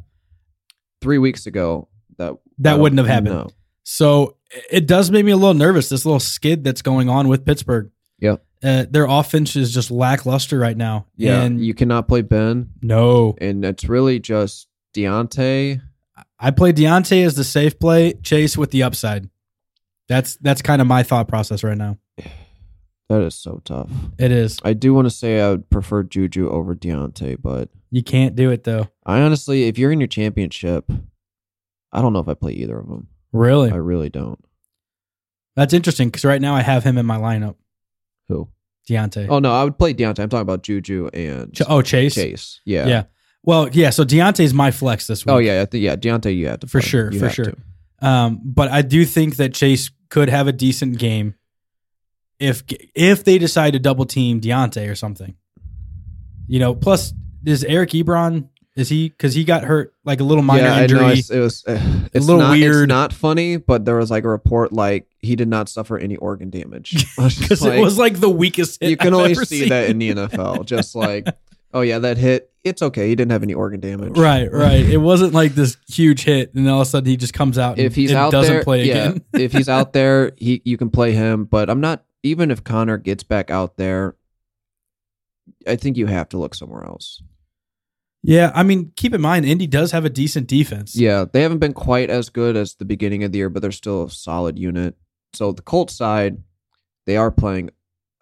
[SPEAKER 3] three weeks ago that
[SPEAKER 2] That wouldn't have happened.
[SPEAKER 3] No,
[SPEAKER 2] So it does make me a little nervous. This little skid that's going on with Pittsburgh.
[SPEAKER 3] Yeah.
[SPEAKER 2] uh, their offense is just lackluster right now.
[SPEAKER 3] Yeah,
[SPEAKER 2] and
[SPEAKER 3] you cannot play Ben,
[SPEAKER 2] no,
[SPEAKER 3] and it's really just Deontay.
[SPEAKER 2] I play Deontay as the safe play, Chase with the upside. That's that's kind of my thought process right now.
[SPEAKER 3] That is so tough.
[SPEAKER 2] It is.
[SPEAKER 3] I do want to say I would prefer Juju over Deontay, but
[SPEAKER 2] You can't do it though.
[SPEAKER 3] I honestly, if you're in your championship, I don't know if I play either of them.
[SPEAKER 2] Really,
[SPEAKER 3] I really don't.
[SPEAKER 2] that's interesting because right now I have him in my lineup.
[SPEAKER 3] Who?
[SPEAKER 2] Deontay.
[SPEAKER 3] Oh no, I would play Deontay. I'm talking about Juju and
[SPEAKER 2] Ch- oh Chase.
[SPEAKER 3] Chase. Yeah.
[SPEAKER 2] Yeah. Well, yeah. So Deontay's my flex this week.
[SPEAKER 3] Oh yeah, I think yeah, Deontay, you have to
[SPEAKER 2] For
[SPEAKER 3] play.
[SPEAKER 2] sure,
[SPEAKER 3] You
[SPEAKER 2] for
[SPEAKER 3] have
[SPEAKER 2] sure.
[SPEAKER 3] to.
[SPEAKER 2] Um, but I do think that Chase could have a decent game if if they decide to double team Deontay or something. You know, plus is Eric Ebron is he because he got hurt like a little minor
[SPEAKER 3] yeah,
[SPEAKER 2] injury.
[SPEAKER 3] I know. It's, it was uh, it's
[SPEAKER 2] little
[SPEAKER 3] not,
[SPEAKER 2] weird.
[SPEAKER 3] It's not funny, but there was like a report like he did not suffer any organ damage. I was just
[SPEAKER 2] because
[SPEAKER 3] like,
[SPEAKER 2] it was like the weakest hit
[SPEAKER 3] you can
[SPEAKER 2] I've
[SPEAKER 3] only
[SPEAKER 2] ever
[SPEAKER 3] see
[SPEAKER 2] seen.
[SPEAKER 3] that in the NFL. Just like, oh yeah, that hit. It's okay. He didn't have any organ damage.
[SPEAKER 2] right right it wasn't like this huge hit and all of a sudden he just comes out and,
[SPEAKER 3] If he's
[SPEAKER 2] and
[SPEAKER 3] out
[SPEAKER 2] doesn't
[SPEAKER 3] there,
[SPEAKER 2] play
[SPEAKER 3] yeah.
[SPEAKER 2] again
[SPEAKER 3] if he's out there, he you can play him. But I'm not. Even if Connor gets back out there, I think you have to look somewhere else.
[SPEAKER 2] yeah I mean keep in mind Indy does have a decent defense
[SPEAKER 3] Yeah, they haven't been quite as good as the beginning of the year, but they're still a solid unit. So the Colts side, they are playing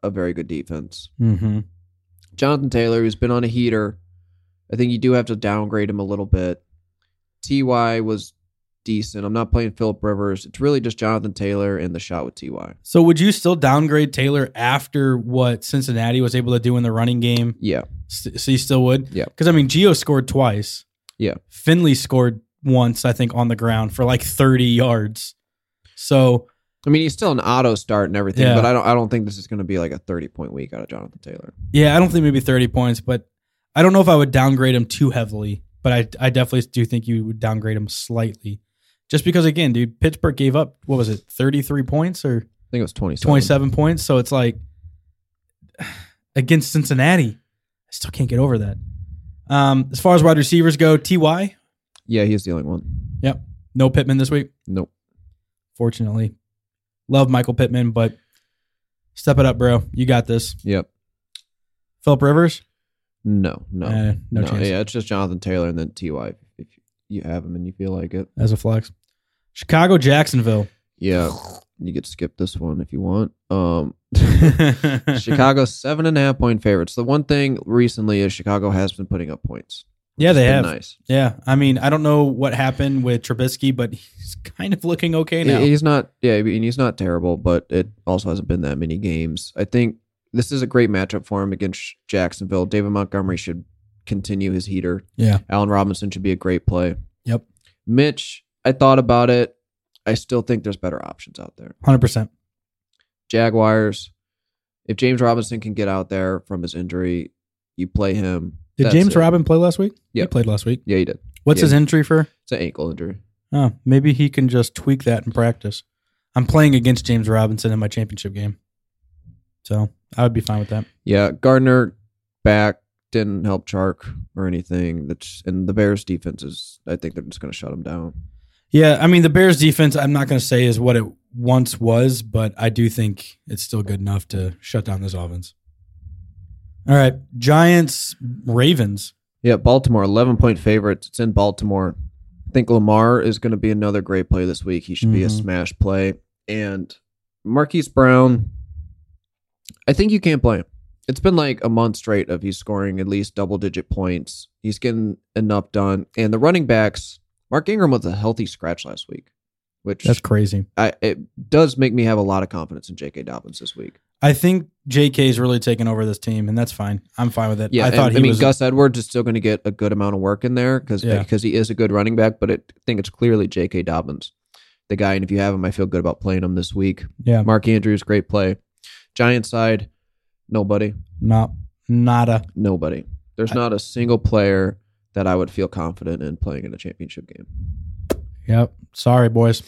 [SPEAKER 3] a very good defense.
[SPEAKER 2] mm-hmm.
[SPEAKER 3] Jonathan Taylor, who's been on a heater, I think you do have to downgrade him a little bit. Ty was decent. I'm not playing Philip Rivers. It's really just Jonathan Taylor and the shot with Ty.
[SPEAKER 2] So would you still downgrade Taylor after what Cincinnati was able to do in the running game?
[SPEAKER 3] Yeah,
[SPEAKER 2] S- So you still would?
[SPEAKER 3] Yeah.
[SPEAKER 2] Because I mean, Geo scored twice.
[SPEAKER 3] Yeah.
[SPEAKER 2] Finley scored once, I think, on the ground for like 30 yards. So
[SPEAKER 3] I mean he's still an auto start and everything,
[SPEAKER 2] Yeah.
[SPEAKER 3] but I don't. I don't think this is going to be like a 30 point week out of Jonathan Taylor.
[SPEAKER 2] yeah, I don't think maybe 30 points, but I don't know if I would downgrade him too heavily. But I, I definitely do think you would downgrade him slightly. Just because, again, dude, Pittsburgh gave up, what was it, 33 points or
[SPEAKER 3] I think it was 27.
[SPEAKER 2] 27 points. So it's like against Cincinnati. I still can't get over that. Um, as far as wide receivers go, Ty,
[SPEAKER 3] Yeah, he's the only one.
[SPEAKER 2] no Pittman this week,
[SPEAKER 3] Nope.
[SPEAKER 2] fortunately. Love Michael Pittman, but step it up, bro. You got this.
[SPEAKER 3] Yep.
[SPEAKER 2] Philip Rivers?
[SPEAKER 3] No. No.
[SPEAKER 2] Eh, no,
[SPEAKER 3] no,
[SPEAKER 2] chance.
[SPEAKER 3] yeah, it's just Jonathan Taylor and then Ty. If you have him and you feel like it,
[SPEAKER 2] As a flex. Chicago, Jacksonville.
[SPEAKER 3] yeah, you could skip this one if you want. Um,
[SPEAKER 2] Chicago.
[SPEAKER 3] Chicago seven and a half point favorites. The one thing recently is Chicago has been putting up points.
[SPEAKER 2] Yeah,
[SPEAKER 3] It's
[SPEAKER 2] they
[SPEAKER 3] been
[SPEAKER 2] have.
[SPEAKER 3] nice.
[SPEAKER 2] Yeah. I mean, I don't know what happened with Trubisky, but he's kind of looking okay now.
[SPEAKER 3] He- He's not, yeah, I mean, he's not terrible, but it also hasn't been that many games. I think this is a great matchup for him against Jacksonville. David Montgomery should continue his heater.
[SPEAKER 2] Yeah.
[SPEAKER 3] Allen Robinson should be a great play.
[SPEAKER 2] Yep.
[SPEAKER 3] Mitch, I thought about it. I still think there's better options out there.
[SPEAKER 2] 100%.
[SPEAKER 3] Jaguars. If James Robinson can get out there from his injury, you play him.
[SPEAKER 2] Did
[SPEAKER 3] That's
[SPEAKER 2] James
[SPEAKER 3] it.
[SPEAKER 2] Robin play last week? He
[SPEAKER 3] Yeah.
[SPEAKER 2] played last week.
[SPEAKER 3] Yeah, he did.
[SPEAKER 2] What's
[SPEAKER 3] Yeah.
[SPEAKER 2] his entry for?
[SPEAKER 3] It's an ankle injury.
[SPEAKER 2] Oh, maybe he can just tweak that in practice. I'm playing against James Robinson in my championship game. So I would be fine with that.
[SPEAKER 3] Yeah, Gardner back didn't help Chark or anything. That's and the Bears defense is. I think they're just going to shut him down.
[SPEAKER 2] Yeah, I mean the Bears defense, I'm not gonna say is what it once was, but I do think it's still good enough to shut down this offense. All right. Giants, Ravens.
[SPEAKER 3] Yeah, Baltimore, eleven point favorites. It's in Baltimore. I think Lamar is going to be another great play this week. He should be a
[SPEAKER 2] Mhm.
[SPEAKER 3] smash play. And Marquise Brown, I think you can't play him. It's been like a month straight of he's scoring at least double digit points. He's getting enough done. And the running backs, Mark Ingram was a healthy scratch last week, which
[SPEAKER 2] That's crazy.
[SPEAKER 3] I, it does make me have a lot of confidence in J.K. Dobbins this week.
[SPEAKER 2] I think JK's really taken over this team, and that's fine. I'm fine with it.
[SPEAKER 3] Yeah,
[SPEAKER 2] I
[SPEAKER 3] and,
[SPEAKER 2] thought he
[SPEAKER 3] I mean
[SPEAKER 2] was
[SPEAKER 3] Gus Edwards is still going to get a good amount of work in there because
[SPEAKER 2] Yeah.
[SPEAKER 3] he is a good running back, but it, I think it's clearly J.K. Dobbins, the guy. And if you have him, I feel good about playing him this week.
[SPEAKER 2] yeah,
[SPEAKER 3] Mark Andrews, great play. Giant side, nobody,
[SPEAKER 2] not nada.
[SPEAKER 3] nobody. There's not a single player that I would feel confident in playing in a championship game.
[SPEAKER 2] Yep. Sorry, boys.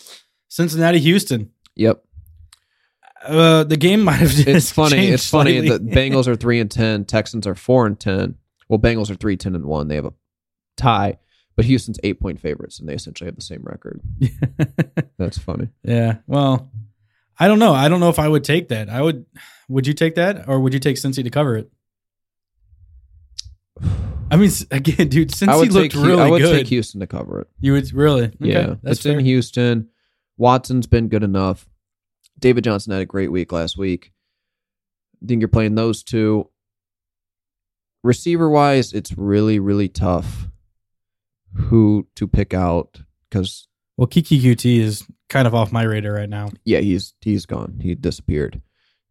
[SPEAKER 2] Cincinnati, Houston.
[SPEAKER 3] Yep,
[SPEAKER 2] Uh, the game might have just
[SPEAKER 3] it's funny.
[SPEAKER 2] changed
[SPEAKER 3] It's funny. The
[SPEAKER 2] slightly.
[SPEAKER 3] Bengals are three and ten. Texans are four and ten. Well, Bengals are three ten and one. They have a tie, But Houston's eight point favorites, and they essentially have the same record. That's funny.
[SPEAKER 2] yeah. Well, I don't know. I don't know if I would take that. I would. Would you take that, or would you take Cincy to cover it? I mean, s- again, dude,
[SPEAKER 3] I
[SPEAKER 2] Cincy
[SPEAKER 3] would
[SPEAKER 2] looked
[SPEAKER 3] take Hu-
[SPEAKER 2] really
[SPEAKER 3] I would
[SPEAKER 2] good.
[SPEAKER 3] take Houston to cover it.
[SPEAKER 2] You would really? Okay,
[SPEAKER 3] yeah,
[SPEAKER 2] that's
[SPEAKER 3] it's
[SPEAKER 2] fair.
[SPEAKER 3] in Houston. Watson's been good enough. David Johnson had a great week last week. I think you're playing those two. Receiver wise, it's really really tough who to pick out because
[SPEAKER 2] Well, Kiki QT is kind of off my radar right now.
[SPEAKER 3] yeah, he's he's gone. He disappeared.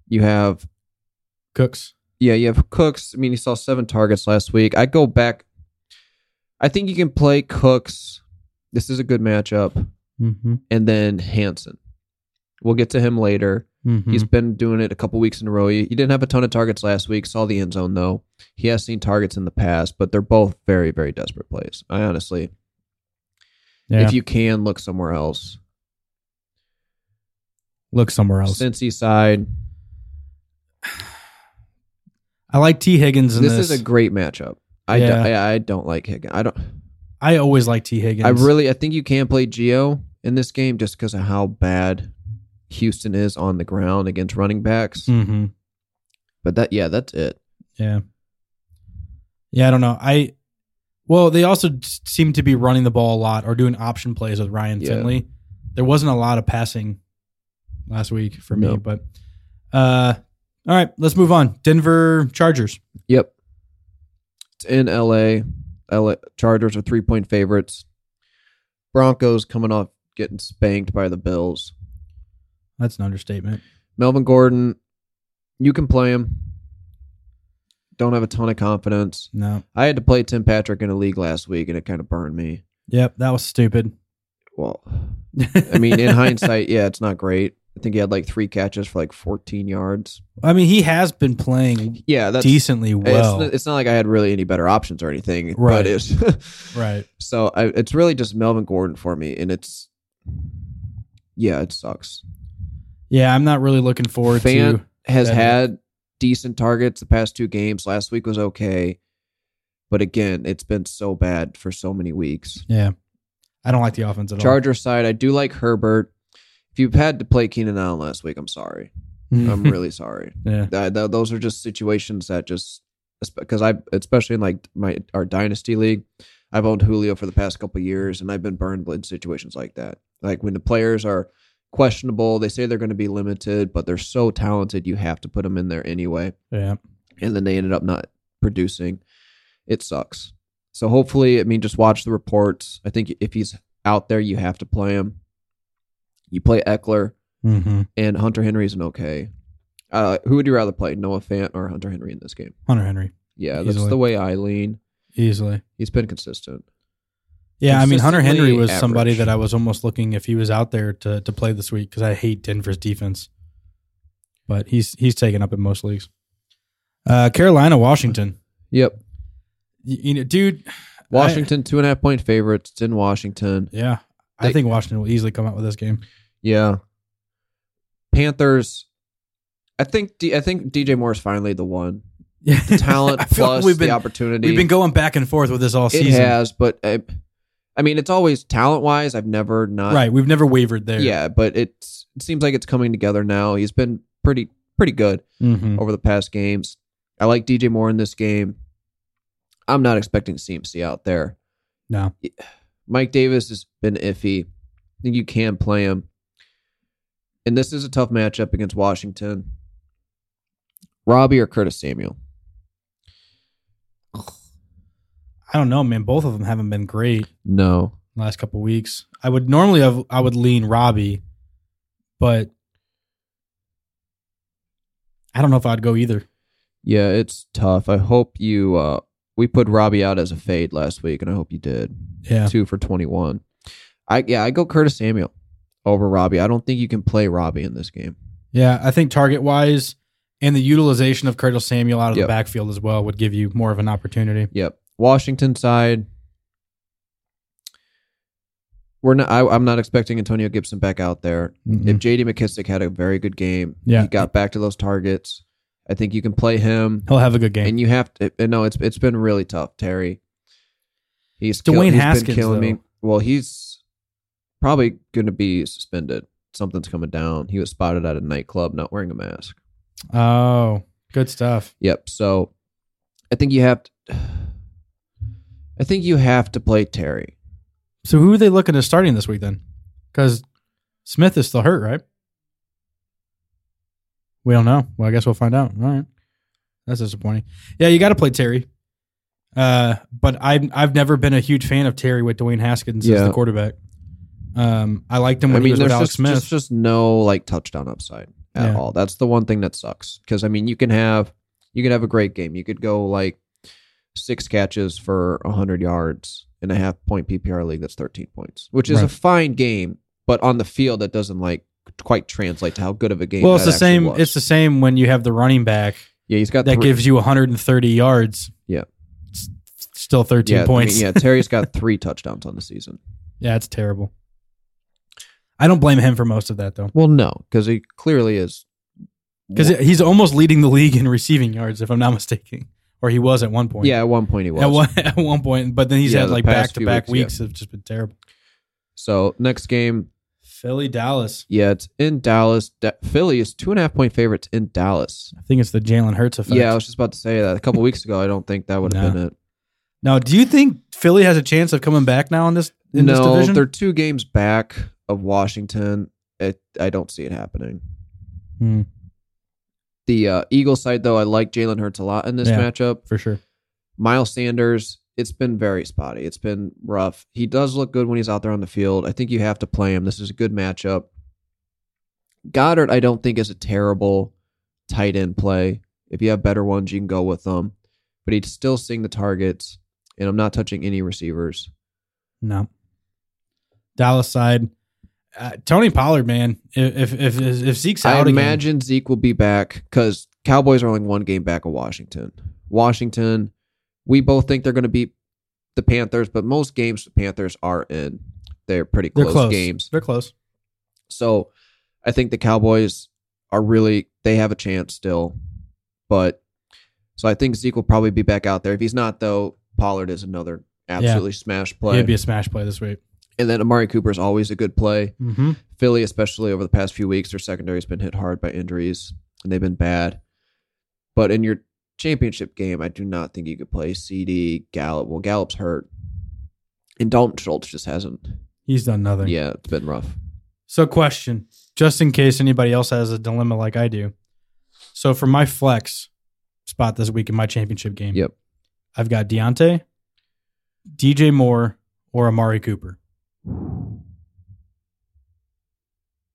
[SPEAKER 3] You have
[SPEAKER 2] Cooks.
[SPEAKER 3] Yeah, you have Cooks. I mean, he saw seven targets last week. I go back. I think you can play Cooks. This is a good matchup.
[SPEAKER 2] Mm-hmm.
[SPEAKER 3] And then Hanson. We'll get to him later.
[SPEAKER 2] Mm-hmm.
[SPEAKER 3] He's been doing it a couple weeks in a row. He, he didn't have a ton of targets last week. Saw the end zone, though. He has seen targets in the past, but they're both very, very desperate plays. I honestly,
[SPEAKER 2] yeah.
[SPEAKER 3] if you can, look somewhere else.
[SPEAKER 2] look somewhere else,
[SPEAKER 3] Cincy side.
[SPEAKER 2] I like T Higgins. In
[SPEAKER 3] This
[SPEAKER 2] this,
[SPEAKER 3] is a great matchup. I,
[SPEAKER 2] Yeah.
[SPEAKER 3] don't, I, I don't like Higgins. I don't.
[SPEAKER 2] I always like T Higgins.
[SPEAKER 3] I really, I think you can play Geo in this game just because of how bad Houston is on the ground against running backs.
[SPEAKER 2] Mm-hmm.
[SPEAKER 3] But that, yeah, that's it.
[SPEAKER 2] Yeah. Yeah, I don't know. I well, they also s- seem to be running the ball a lot or doing option plays with Ryan
[SPEAKER 3] Yeah.
[SPEAKER 2] Finley. There wasn't a lot of passing last week for me,
[SPEAKER 3] No.
[SPEAKER 2] but uh all right, let's move on. Denver Chargers.
[SPEAKER 3] Yep. It's in LA. LA Chargers are three point favorites. Broncos coming off getting spanked by the Bills.
[SPEAKER 2] That's an understatement.
[SPEAKER 3] Melvin Gordon, you can play him. Don't have a ton of confidence.
[SPEAKER 2] No.
[SPEAKER 3] I had to play Tim Patrick in a league last week and it kind of burned me.
[SPEAKER 2] Yep, that was stupid.
[SPEAKER 3] Well, I mean, in hindsight, yeah, it's not great. I think he had like three catches for like 14 yards.
[SPEAKER 2] I mean, he has been playing
[SPEAKER 3] Yeah, that's
[SPEAKER 2] decently
[SPEAKER 3] it's-
[SPEAKER 2] well.
[SPEAKER 3] It's, not like I had really any better options or anything.
[SPEAKER 2] Right.
[SPEAKER 3] But it's,
[SPEAKER 2] right.
[SPEAKER 3] So I, it's really just Melvin Gordon for me, and it's yeah, it sucks.
[SPEAKER 2] Yeah, I'm not really looking forward
[SPEAKER 3] Fan
[SPEAKER 2] to
[SPEAKER 3] has
[SPEAKER 2] that-
[SPEAKER 3] had decent targets the past two games. Last week was okay, but again, it's been so bad for so many weeks.
[SPEAKER 2] Yeah. I don't like the offense at
[SPEAKER 3] Charger side, I do like Herbert. If you've had to play Keenan Allen last week, I'm sorry.
[SPEAKER 2] all.
[SPEAKER 3] I'm really sorry.
[SPEAKER 2] Um, yeah.
[SPEAKER 3] That, that- those are just situations that just because I especially in like my our dynasty league, I've owned Julio for the past couple of years, and I've been burned in situations like that. Like when the players are questionable, they say they're going to be limited, but they're so talented, you have to put them in there anyway,
[SPEAKER 2] Yeah.
[SPEAKER 3] and then they ended up not producing. It sucks. So hopefully, I mean, just watch the reports. I think if he's out there, you have to play him. You play Eckler
[SPEAKER 2] Mm-hmm.
[SPEAKER 3] and Hunter Henry isn't okay. Uh, who would you rather play, Noah Fant or Hunter Henry in this game?
[SPEAKER 2] Hunter Henry.
[SPEAKER 3] Yeah,
[SPEAKER 2] Easily.
[SPEAKER 3] that's the way I lean.
[SPEAKER 2] Easily.
[SPEAKER 3] He's been consistent.
[SPEAKER 2] Yeah, I mean Hunter Henry
[SPEAKER 3] consistently
[SPEAKER 2] was somebody
[SPEAKER 3] average.
[SPEAKER 2] that I was almost looking if he was out there to to play this week because I hate Denver's defense, but he's he's taken up in most leagues. Uh, Carolina, Washington,
[SPEAKER 3] Yep.
[SPEAKER 2] you, you know, dude.
[SPEAKER 3] Washington, two and a half point favorites. It's in Washington.
[SPEAKER 2] Yeah, I
[SPEAKER 3] They-
[SPEAKER 2] think Washington will easily come out with this game.
[SPEAKER 3] Yeah. Panthers. I think D- I think DJ Moore's finally the one.
[SPEAKER 2] Yeah,
[SPEAKER 3] The talent plus
[SPEAKER 2] we've been
[SPEAKER 3] the opportunity.
[SPEAKER 2] we've been going back and forth with this all
[SPEAKER 3] it
[SPEAKER 2] season.
[SPEAKER 3] has, but I, I mean, it's always talent wise. I've never not
[SPEAKER 2] right, we've never wavered there.
[SPEAKER 3] Yeah, but it's, it seems like it's coming together now. He's been pretty pretty good.
[SPEAKER 2] Mhm.
[SPEAKER 3] over the past games. I like DJ Moore in this game. I'm not expecting CMC out there.
[SPEAKER 2] No,
[SPEAKER 3] Mike Davis has been iffy. I think you can play him. And this is a tough matchup against Washington. Robbie or Curtis Samuel?
[SPEAKER 2] I don't know, man. Both of them haven't been great.
[SPEAKER 3] No.
[SPEAKER 2] last couple weeks. I would normally have I would lean Robbie, but I don't know if I'd go either.
[SPEAKER 3] Yeah, it's tough. I hope you uh we put Robbie out as a fade last week and I hope you did.
[SPEAKER 2] Yeah.
[SPEAKER 3] Two for 21. I yeah, I go Curtis Samuel over Robbie. I don't think you can play Robbie in this game.
[SPEAKER 2] Yeah, I think target wise and the utilization of Curtis Samuel out of the
[SPEAKER 3] Yep.
[SPEAKER 2] backfield as well would give you more of an opportunity.
[SPEAKER 3] Yep. Washington side. We're not. I, I'm not expecting Antonio Gibson back out there. If J.D. McKissick had a very good game,
[SPEAKER 2] Mm-hmm. Yeah.
[SPEAKER 3] he got back to those targets. I think you can play him,
[SPEAKER 2] He'll have a good game.
[SPEAKER 3] and you have to. And no, it's it's been really tough, Terry. He's kill-
[SPEAKER 2] Dwayne
[SPEAKER 3] he's been
[SPEAKER 2] Haskins,
[SPEAKER 3] killing me.
[SPEAKER 2] though.
[SPEAKER 3] Well, he's probably going to be suspended. Something's coming down. He was spotted at a nightclub not wearing a mask.
[SPEAKER 2] Oh, good stuff.
[SPEAKER 3] Yep. So I think you have to. I think you have to play Terry.
[SPEAKER 2] So who are they looking at starting this week then? Because Smith is still hurt, right? We don't know. Well, I guess we'll find out. All right. That's disappointing. Yeah, you got to play Terry. Uh, but I've I've never been a huge fan of Terry with Dwayne Haskins as
[SPEAKER 3] Yeah.
[SPEAKER 2] the quarterback. Um, I liked him
[SPEAKER 3] I
[SPEAKER 2] when he
[SPEAKER 3] mean,
[SPEAKER 2] was with
[SPEAKER 3] there's
[SPEAKER 2] Alex
[SPEAKER 3] just,
[SPEAKER 2] Smith.
[SPEAKER 3] just just no like touchdown upside at
[SPEAKER 2] Yeah.
[SPEAKER 3] all. That's the one thing that sucks. Because I mean, you can have you can have a great game. You could go like six catches for hundred yards in a half point PPR league. That's thirteen points, which is a
[SPEAKER 2] Right.
[SPEAKER 3] fine game. But on the field, that doesn't like quite translate to how good of a game.
[SPEAKER 2] well, it's
[SPEAKER 3] that
[SPEAKER 2] the
[SPEAKER 3] actually
[SPEAKER 2] same.
[SPEAKER 3] was.
[SPEAKER 2] It's the same when you have the running back
[SPEAKER 3] yeah. He's got
[SPEAKER 2] that
[SPEAKER 3] three,
[SPEAKER 2] gives you 130 yards.
[SPEAKER 3] Yeah.
[SPEAKER 2] It's still 13
[SPEAKER 3] yeah, I mean,
[SPEAKER 2] points.
[SPEAKER 3] yeah, Terry's got three touchdowns on the season.
[SPEAKER 2] Yeah, it's terrible. I don't blame him for most of that though,
[SPEAKER 3] Well, no, because he clearly is.
[SPEAKER 2] because he's almost leading the league in receiving yards, if I'm not mistaken, or he was at one point.
[SPEAKER 3] yeah, at one point he was.
[SPEAKER 2] at one, at one point. But then he's
[SPEAKER 3] Yeah,
[SPEAKER 2] had
[SPEAKER 3] the
[SPEAKER 2] like back
[SPEAKER 3] past
[SPEAKER 2] to
[SPEAKER 3] few
[SPEAKER 2] back
[SPEAKER 3] weeks, yeah.
[SPEAKER 2] weeks have just been terrible.
[SPEAKER 3] So next game,
[SPEAKER 2] Philly, Dallas.
[SPEAKER 3] Yeah, it's in Dallas. Da- Philly is two and a half point favorites in Dallas.
[SPEAKER 2] I think it's the Jalen Hurts effect.
[SPEAKER 3] Yeah, I was just about to say that a couple weeks ago. I don't think that would have
[SPEAKER 2] No.
[SPEAKER 3] been it.
[SPEAKER 2] Now, do you think Philly has a chance of coming back now in this in this
[SPEAKER 3] no,
[SPEAKER 2] division?
[SPEAKER 3] they're two games back of Washington. It, I don't see it happening.
[SPEAKER 2] Hmm,
[SPEAKER 3] The uh, Eagles side, though, I like Jalen Hurts a lot in this
[SPEAKER 2] Yeah.
[SPEAKER 3] matchup.
[SPEAKER 2] for sure.
[SPEAKER 3] Miles Sanders, it's been very spotty. It's been rough. He does look good when he's out there on the field. I think you have to play him. This is a good matchup. Goddard, I don't think is a terrible tight end play. If you have better ones, you can go with them. But he's still seeing the targets, and I'm not touching any receivers.
[SPEAKER 2] No. Dallas side. Uh, Tony Pollard, man. If if if, if Zeke's out
[SPEAKER 3] I
[SPEAKER 2] again-
[SPEAKER 3] imagine Zeke will be back because Cowboys are only one game back of Washington. Washington, we both think they're going to beat the Panthers, but most games the Panthers are in. They're pretty
[SPEAKER 2] they're
[SPEAKER 3] close,
[SPEAKER 2] close.
[SPEAKER 3] games.
[SPEAKER 2] They're close.
[SPEAKER 3] So I think the Cowboys are really they have a chance still. But so I think Zeke will probably be back out there. If he's not though, Pollard is another absolutely smash play.
[SPEAKER 2] It'd be a smash play this week.
[SPEAKER 3] and then Amari Cooper is always a good play.
[SPEAKER 2] Mm-hmm.
[SPEAKER 3] Philly, especially over the past few weeks, their secondary has been hit hard by injuries and they've been bad. But in your championship game, I do not think you could play CD, Gallup. Well, Gallup's hurt. And Dalton Schultz just hasn't.
[SPEAKER 2] He's done nothing.
[SPEAKER 3] Yeah, it's been rough.
[SPEAKER 2] So, question, just in case anybody else has a dilemma like I do. So, for my flex spot this week in my championship game,
[SPEAKER 3] Yep.
[SPEAKER 2] I've got Deontay, DJ Moore, or Amari Cooper.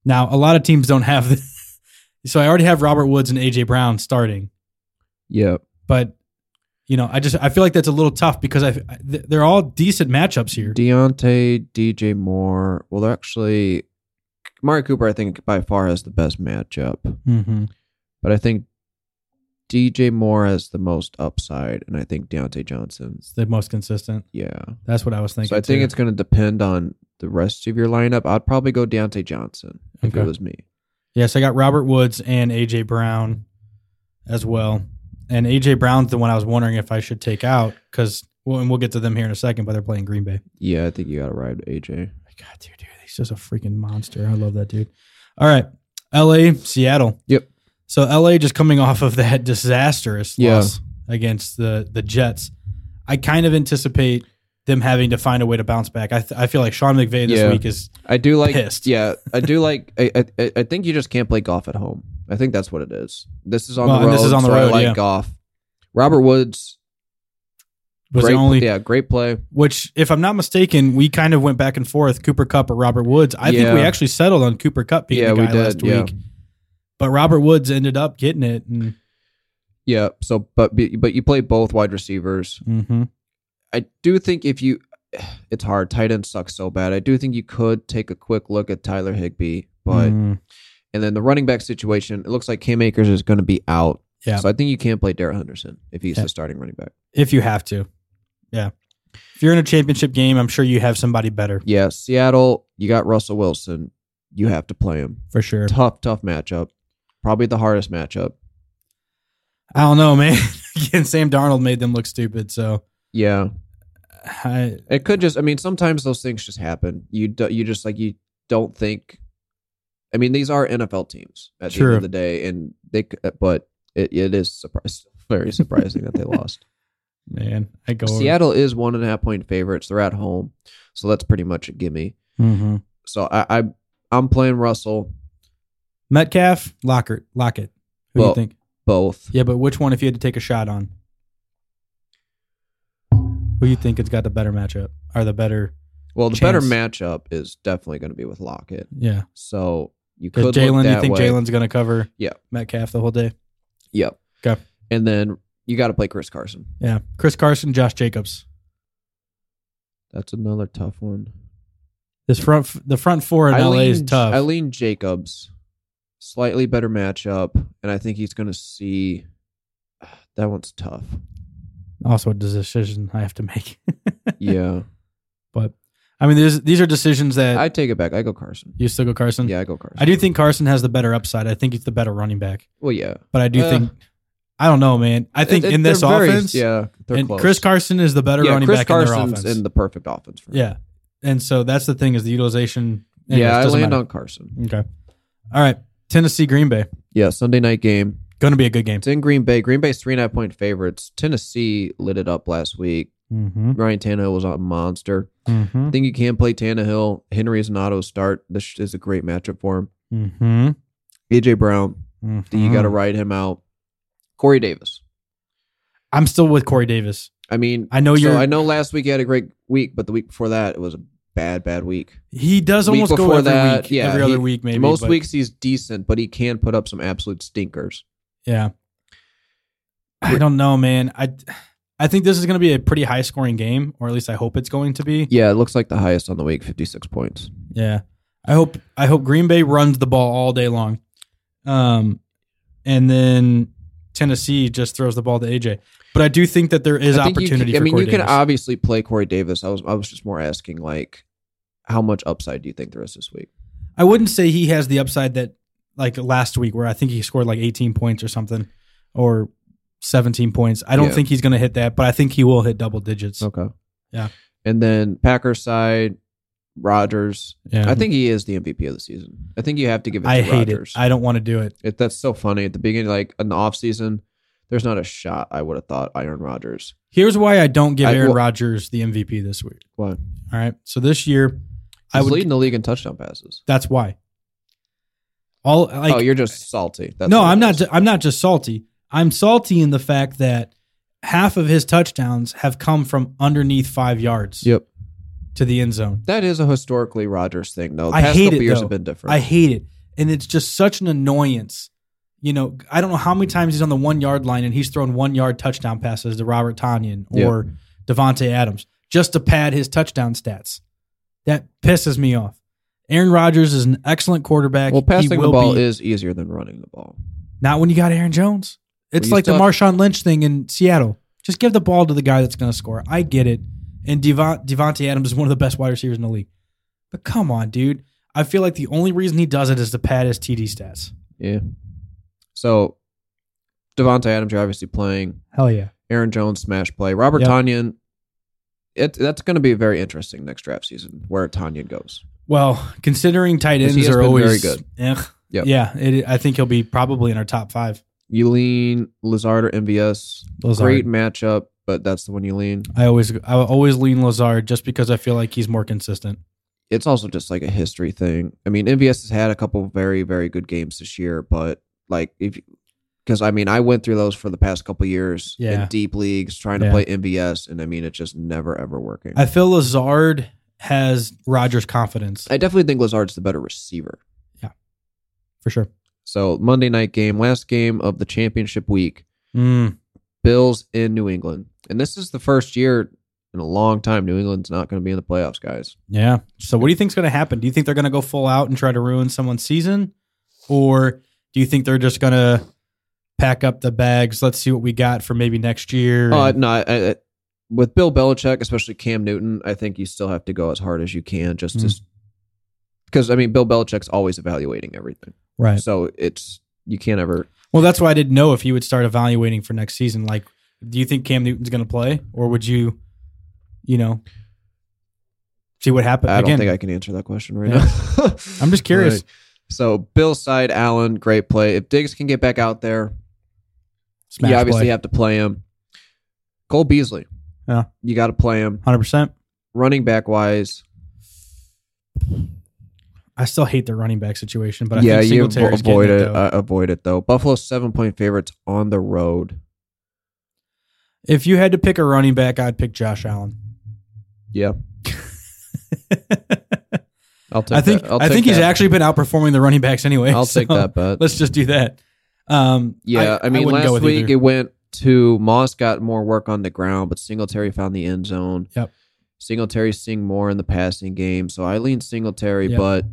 [SPEAKER 2] Now, a lot of teams don't have this. So, I already have Robert Woods and AJ Brown starting,
[SPEAKER 3] Yep.
[SPEAKER 2] but you know, I just I feel like that's a little tough because I I- th- they're all decent matchups here.
[SPEAKER 3] Deontay, DJ Moore. Well, they're actually Mari Cooper. I think by far has the best matchup,
[SPEAKER 2] Mm-hmm.
[SPEAKER 3] but I think DJ Moore has the most upside, and I think Deontay Johnson's.
[SPEAKER 2] It's the most consistent.
[SPEAKER 3] Yeah,
[SPEAKER 2] That's what I was thinking.
[SPEAKER 3] so I think
[SPEAKER 2] too.
[SPEAKER 3] it's going to depend on the rest of your lineup. I'd probably go Deontay Johnson if it
[SPEAKER 2] Okay.
[SPEAKER 3] was me.
[SPEAKER 2] Yes, I got Robert Woods and AJ Brown as well. And AJ Brown's the one I was wondering if I should take out because, well, and we'll get to them here in a second, but they're playing Green Bay.
[SPEAKER 3] Yeah, I think you got to ride AJ.
[SPEAKER 2] God, dude, dude, he's just a freaking monster. I love that dude. All right, LA, Seattle.
[SPEAKER 3] Yep.
[SPEAKER 2] So LA just coming off of that disastrous
[SPEAKER 3] Yeah.
[SPEAKER 2] loss against the the Jets. I kind of anticipate them having to find a way to bounce back. I, th- I feel like Sean McVay this
[SPEAKER 3] Yeah.
[SPEAKER 2] week is
[SPEAKER 3] I do like.
[SPEAKER 2] Pissed.
[SPEAKER 3] Yeah, I do like. I, I- I I think you just can't play golf at home. I think that's what it is. This is on
[SPEAKER 2] Well,
[SPEAKER 3] the
[SPEAKER 2] and
[SPEAKER 3] road.
[SPEAKER 2] this is on the
[SPEAKER 3] so
[SPEAKER 2] road,
[SPEAKER 3] I like
[SPEAKER 2] yeah.
[SPEAKER 3] golf. Robert Woods
[SPEAKER 2] was
[SPEAKER 3] great,
[SPEAKER 2] the only
[SPEAKER 3] yeah, great play.
[SPEAKER 2] which, if I'm not mistaken, we kind of went back and forth Cooper Cup or Robert Woods. I think
[SPEAKER 3] Yeah.
[SPEAKER 2] we actually settled on Cooper Cup being
[SPEAKER 3] Yeah,
[SPEAKER 2] the
[SPEAKER 3] we
[SPEAKER 2] guy last
[SPEAKER 3] did, yeah.
[SPEAKER 2] week, but Robert Woods ended up getting it. And,
[SPEAKER 3] Yeah. So, but but you play both wide receivers.
[SPEAKER 2] mm-hmm.
[SPEAKER 3] I do think if you, it's hard. Tight end sucks so bad. I do think you could take a quick look at Tyler Higbee, but
[SPEAKER 2] Mm.
[SPEAKER 3] and then the running back situation. It looks like Cam Akers is going to be out.
[SPEAKER 2] Yeah.
[SPEAKER 3] So I think you can't play Darrell Henderson if he's
[SPEAKER 2] Yeah.
[SPEAKER 3] the starting running back.
[SPEAKER 2] if you have to, yeah. If you're in a championship game, I'm sure you have somebody better
[SPEAKER 3] Yeah. Seattle. You got Russell Wilson. You have to play him.
[SPEAKER 2] for sure.
[SPEAKER 3] Tough, tough matchup. Probably the hardest matchup.
[SPEAKER 2] I don't know, man. Again, Sam Darnold made them look stupid, so
[SPEAKER 3] Yeah.
[SPEAKER 2] I,
[SPEAKER 3] It could just. I mean, sometimes those things just happen. You do, you just like you don't think. I mean, these are NFL teams at the
[SPEAKER 2] True.
[SPEAKER 3] end of the day, and they. c- uh, But it, it is surprising, very surprising that they lost.
[SPEAKER 2] man, I go.
[SPEAKER 3] Seattle is one and a half point favorites. They're at home, so that's pretty much a gimme.
[SPEAKER 2] Mm-hmm.
[SPEAKER 3] So I, I I'm playing Russell
[SPEAKER 2] Metcalf, Lockert, Lockett. Who
[SPEAKER 3] Well-
[SPEAKER 2] do you think?
[SPEAKER 3] both.
[SPEAKER 2] Yeah, but which one if you had to take a shot on? Who you think has got the better matchup or the better?
[SPEAKER 3] Well, the
[SPEAKER 2] Chance.
[SPEAKER 3] better matchup is definitely going to be with Lockett.
[SPEAKER 2] Yeah,
[SPEAKER 3] So you could
[SPEAKER 2] because
[SPEAKER 3] look
[SPEAKER 2] Jalen, you
[SPEAKER 3] that
[SPEAKER 2] think
[SPEAKER 3] way.
[SPEAKER 2] Jalen's going to cover?
[SPEAKER 3] Yeah.
[SPEAKER 2] Metcalf the whole day.
[SPEAKER 3] Yep.
[SPEAKER 2] Okay.
[SPEAKER 3] And then you got to play Chris Carson.
[SPEAKER 2] Yeah, Chris Carson, Josh Jacobs.
[SPEAKER 3] That's another tough one.
[SPEAKER 2] This front, f- the front four in
[SPEAKER 3] I
[SPEAKER 2] LA is
[SPEAKER 3] lean-
[SPEAKER 2] tough.
[SPEAKER 3] I lean Jacobs, slightly better matchup, and I think he's going to see. That one's tough.
[SPEAKER 2] also, a decision I have to make.
[SPEAKER 3] Yeah,
[SPEAKER 2] but I mean, these these are decisions that
[SPEAKER 3] I take it back. I go Carson.
[SPEAKER 2] you still go Carson.
[SPEAKER 3] Yeah, I go Carson.
[SPEAKER 2] I do think Carson has the better upside. I think he's the better running back.
[SPEAKER 3] Well, yeah.
[SPEAKER 2] But I do
[SPEAKER 3] Uh,
[SPEAKER 2] think I don't know, man. I think
[SPEAKER 3] It- it-
[SPEAKER 2] in this
[SPEAKER 3] they're very-
[SPEAKER 2] offense,
[SPEAKER 3] yeah, they're
[SPEAKER 2] and
[SPEAKER 3] close.
[SPEAKER 2] Chris Carson is the better
[SPEAKER 3] yeah,
[SPEAKER 2] running
[SPEAKER 3] Chris
[SPEAKER 2] back in their
[SPEAKER 3] Carson's
[SPEAKER 2] offense.
[SPEAKER 3] in the perfect offense. For him.
[SPEAKER 2] yeah, and so that's the thing is the utilization.
[SPEAKER 3] yeah. I land
[SPEAKER 2] on.
[SPEAKER 3] on Carson.
[SPEAKER 2] Okay, all right. Tennessee, Green Bay,
[SPEAKER 3] Yeah, Sunday night game.
[SPEAKER 2] going to be a good game.
[SPEAKER 3] It's in Green Bay. Green Bay's three and a half point favorites. Tennessee lit it up last week.
[SPEAKER 2] Mm-hmm.
[SPEAKER 3] Ryan Tannehill was a monster.
[SPEAKER 2] Mm-hmm.
[SPEAKER 3] I think you can play Tannehill. Henry is an auto start. This is a great matchup for him.
[SPEAKER 2] Mm-hmm.
[SPEAKER 3] AJ Brown, you got to ride him out. Corey Davis.
[SPEAKER 2] I'm still with Corey Davis.
[SPEAKER 3] I mean,
[SPEAKER 2] I know
[SPEAKER 3] so
[SPEAKER 2] you're.
[SPEAKER 3] I know last week he had a great week, but the week before that it was a bad, bad week.
[SPEAKER 2] he does
[SPEAKER 3] Week
[SPEAKER 2] almost go
[SPEAKER 3] before
[SPEAKER 2] every
[SPEAKER 3] that,
[SPEAKER 2] week,
[SPEAKER 3] yeah,
[SPEAKER 2] every
[SPEAKER 3] he-
[SPEAKER 2] other week maybe.
[SPEAKER 3] Most
[SPEAKER 2] but-
[SPEAKER 3] weeks he's decent, but he can put up some absolute stinkers.
[SPEAKER 2] Yeah. I don't know, man. I I think this is going to be a pretty high scoring game, or at least I hope it's going to be.
[SPEAKER 3] Yeah, it looks like the highest on the week, fifty six points.
[SPEAKER 2] Yeah. I hope I hope Green Bay runs the ball all day long. Um and then Tennessee just throws the ball to AJ. But I do think that there is
[SPEAKER 3] I think you
[SPEAKER 2] opportunity
[SPEAKER 3] can- I
[SPEAKER 2] for
[SPEAKER 3] mean,
[SPEAKER 2] Corey
[SPEAKER 3] you can
[SPEAKER 2] Davis.
[SPEAKER 3] obviously play Corey Davis. I was, I was just more asking like, how much upside do you think there is this week?
[SPEAKER 2] I wouldn't say he has the upside that like last week where I think he scored like 18 points or something or 17 points. I don't
[SPEAKER 3] Yeah.
[SPEAKER 2] think he's going to hit that, but I think he will hit double digits.
[SPEAKER 3] Okay.
[SPEAKER 2] Yeah.
[SPEAKER 3] And then Packers side, Rodgers.
[SPEAKER 2] Yeah.
[SPEAKER 3] I think he is the MVP of the season. I think you have to give it. To
[SPEAKER 2] I hate
[SPEAKER 3] Rodgers.
[SPEAKER 2] it. I don't want to do it.
[SPEAKER 3] It, that's so funny. At the beginning, like in the off season, there's not a shot I would have thought Iron Rodgers.
[SPEAKER 2] Here's why I don't give
[SPEAKER 3] I-
[SPEAKER 2] Aaron
[SPEAKER 3] well-
[SPEAKER 2] Rodgers the MVP this week.
[SPEAKER 3] Why? He's
[SPEAKER 2] All right. So this year, I would.
[SPEAKER 3] leading the league in touchdown passes.
[SPEAKER 2] that's why. All like
[SPEAKER 3] oh, you're just salty. That's
[SPEAKER 2] no,
[SPEAKER 3] what it
[SPEAKER 2] I'm not.
[SPEAKER 3] is.
[SPEAKER 2] Ju- I'm not just salty. I'm salty in the fact that half of his touchdowns have come from underneath five yards
[SPEAKER 3] yep,
[SPEAKER 2] to the end zone.
[SPEAKER 3] that is a historically Rodgers thing, though. The
[SPEAKER 2] I
[SPEAKER 3] past
[SPEAKER 2] hate
[SPEAKER 3] couple
[SPEAKER 2] it,
[SPEAKER 3] years
[SPEAKER 2] though.
[SPEAKER 3] have been different.
[SPEAKER 2] I hate it, and it's just such an annoyance. You know, I don't know how many times he's on the one yard line and he's thrown one yard touchdown passes to Robert Tanyan or Devonte Adams just to pad his touchdown stats. That pisses me off. Aaron Rodgers is an excellent quarterback.
[SPEAKER 3] well,
[SPEAKER 2] He
[SPEAKER 3] passing the
[SPEAKER 2] will
[SPEAKER 3] ball
[SPEAKER 2] be-
[SPEAKER 3] is easier than running the ball.
[SPEAKER 2] Not when you got Aaron Jones. It's
[SPEAKER 3] Well, you
[SPEAKER 2] like the
[SPEAKER 3] still have-
[SPEAKER 2] Marshawn Lynch thing in Seattle. Just give the ball to the guy that's going to score. I get it. And Devon, Devontae Adams is one of the best wide receivers in the league. But come on, dude. I feel like the only reason he does it is to pad his TD stats.
[SPEAKER 3] Yeah. So, Devonte Adams, you're obviously playing.
[SPEAKER 2] Hell yeah.
[SPEAKER 3] Aaron Jones smash play. Robert
[SPEAKER 2] Yep.
[SPEAKER 3] Tanyan. It, that's going to be very interesting next draft season where Tanyan goes.
[SPEAKER 2] Well, considering tight
[SPEAKER 3] Because he
[SPEAKER 2] ends
[SPEAKER 3] has
[SPEAKER 2] are
[SPEAKER 3] been
[SPEAKER 2] always
[SPEAKER 3] very good.
[SPEAKER 2] Eh,
[SPEAKER 3] Yep.
[SPEAKER 2] Yeah, it, I think he'll be probably in our top five.
[SPEAKER 3] You lean Lazard or MVS.
[SPEAKER 2] Lazard.
[SPEAKER 3] Great matchup, but that's the one you lean.
[SPEAKER 2] I always I always lean Lazard just because I feel like he's more consistent.
[SPEAKER 3] It's also just like a history thing. I mean, MVS has had a couple very very good games this year, but like if because I mean I went through those for the past couple years
[SPEAKER 2] Yeah.
[SPEAKER 3] in deep leagues trying to
[SPEAKER 2] Yeah.
[SPEAKER 3] play MVS, and I mean it's just never ever working.
[SPEAKER 2] I
[SPEAKER 3] I,
[SPEAKER 2] feel Lazard has Rogers' confidence
[SPEAKER 3] definitely think Lazard's the better receiver.
[SPEAKER 2] for sure.
[SPEAKER 3] So Monday night game, last game of the championship week,
[SPEAKER 2] Mm.
[SPEAKER 3] Bills in New England, and this is the first year in a long time New England's not going to be in the playoffs, guys.
[SPEAKER 2] Yeah. So what do you think's going to happen? Do you think they're going to go full out and try to ruin someone's season, or do you think they're just going to pack up the bags? Let's see what we got for maybe next year.
[SPEAKER 3] Uh,
[SPEAKER 2] and-
[SPEAKER 3] no, I, I, with Bill Belichick, especially Cam Newton, I think you still have to go as hard as you can just
[SPEAKER 2] Mm.
[SPEAKER 3] to. Because I mean, Bill Belichick's always evaluating everything,
[SPEAKER 2] right.
[SPEAKER 3] so it's you can't ever.
[SPEAKER 2] Well, that's why I didn't know if you would start evaluating for next season. Like, do you think Cam Newton's going to play, or would you, you know, see what happens.
[SPEAKER 3] I don't
[SPEAKER 2] Again,
[SPEAKER 3] think I can answer that question right
[SPEAKER 2] Yeah.
[SPEAKER 3] now.
[SPEAKER 2] I'm just curious.
[SPEAKER 3] Right. So Bill's side, Allen, great play. If Diggs can get back out there,
[SPEAKER 2] Smash
[SPEAKER 3] you obviously
[SPEAKER 2] play.
[SPEAKER 3] have to play him. Cole Beasley,
[SPEAKER 2] Yeah.
[SPEAKER 3] you got to play him.
[SPEAKER 2] 100%.
[SPEAKER 3] Running back wise,
[SPEAKER 2] I still hate the running back situation, but I
[SPEAKER 3] yeah,
[SPEAKER 2] think
[SPEAKER 3] you avo-
[SPEAKER 2] Singletary's
[SPEAKER 3] avoid
[SPEAKER 2] getting
[SPEAKER 3] it.
[SPEAKER 2] it. though.
[SPEAKER 3] uh, avoid it though. Buffalo seven point favorites on the road.
[SPEAKER 2] if you had to pick a running back, I'd pick Josh Allen.
[SPEAKER 3] Yeah, I'll take.
[SPEAKER 2] I think
[SPEAKER 3] that. I'll
[SPEAKER 2] I
[SPEAKER 3] take
[SPEAKER 2] think he's
[SPEAKER 3] that.
[SPEAKER 2] actually been outperforming the running backs anyway.
[SPEAKER 3] I'll
[SPEAKER 2] so
[SPEAKER 3] take that bet.
[SPEAKER 2] Let's just do that. Um,
[SPEAKER 3] Yeah, I, mean,
[SPEAKER 2] wouldn't go
[SPEAKER 3] last
[SPEAKER 2] with
[SPEAKER 3] week
[SPEAKER 2] either.
[SPEAKER 3] it went to Moss got more work on the ground, but Singletary found the end zone.
[SPEAKER 2] Yep.
[SPEAKER 3] Singletary seeing more in the passing game, so I lean Singletary,
[SPEAKER 2] Yep.
[SPEAKER 3] but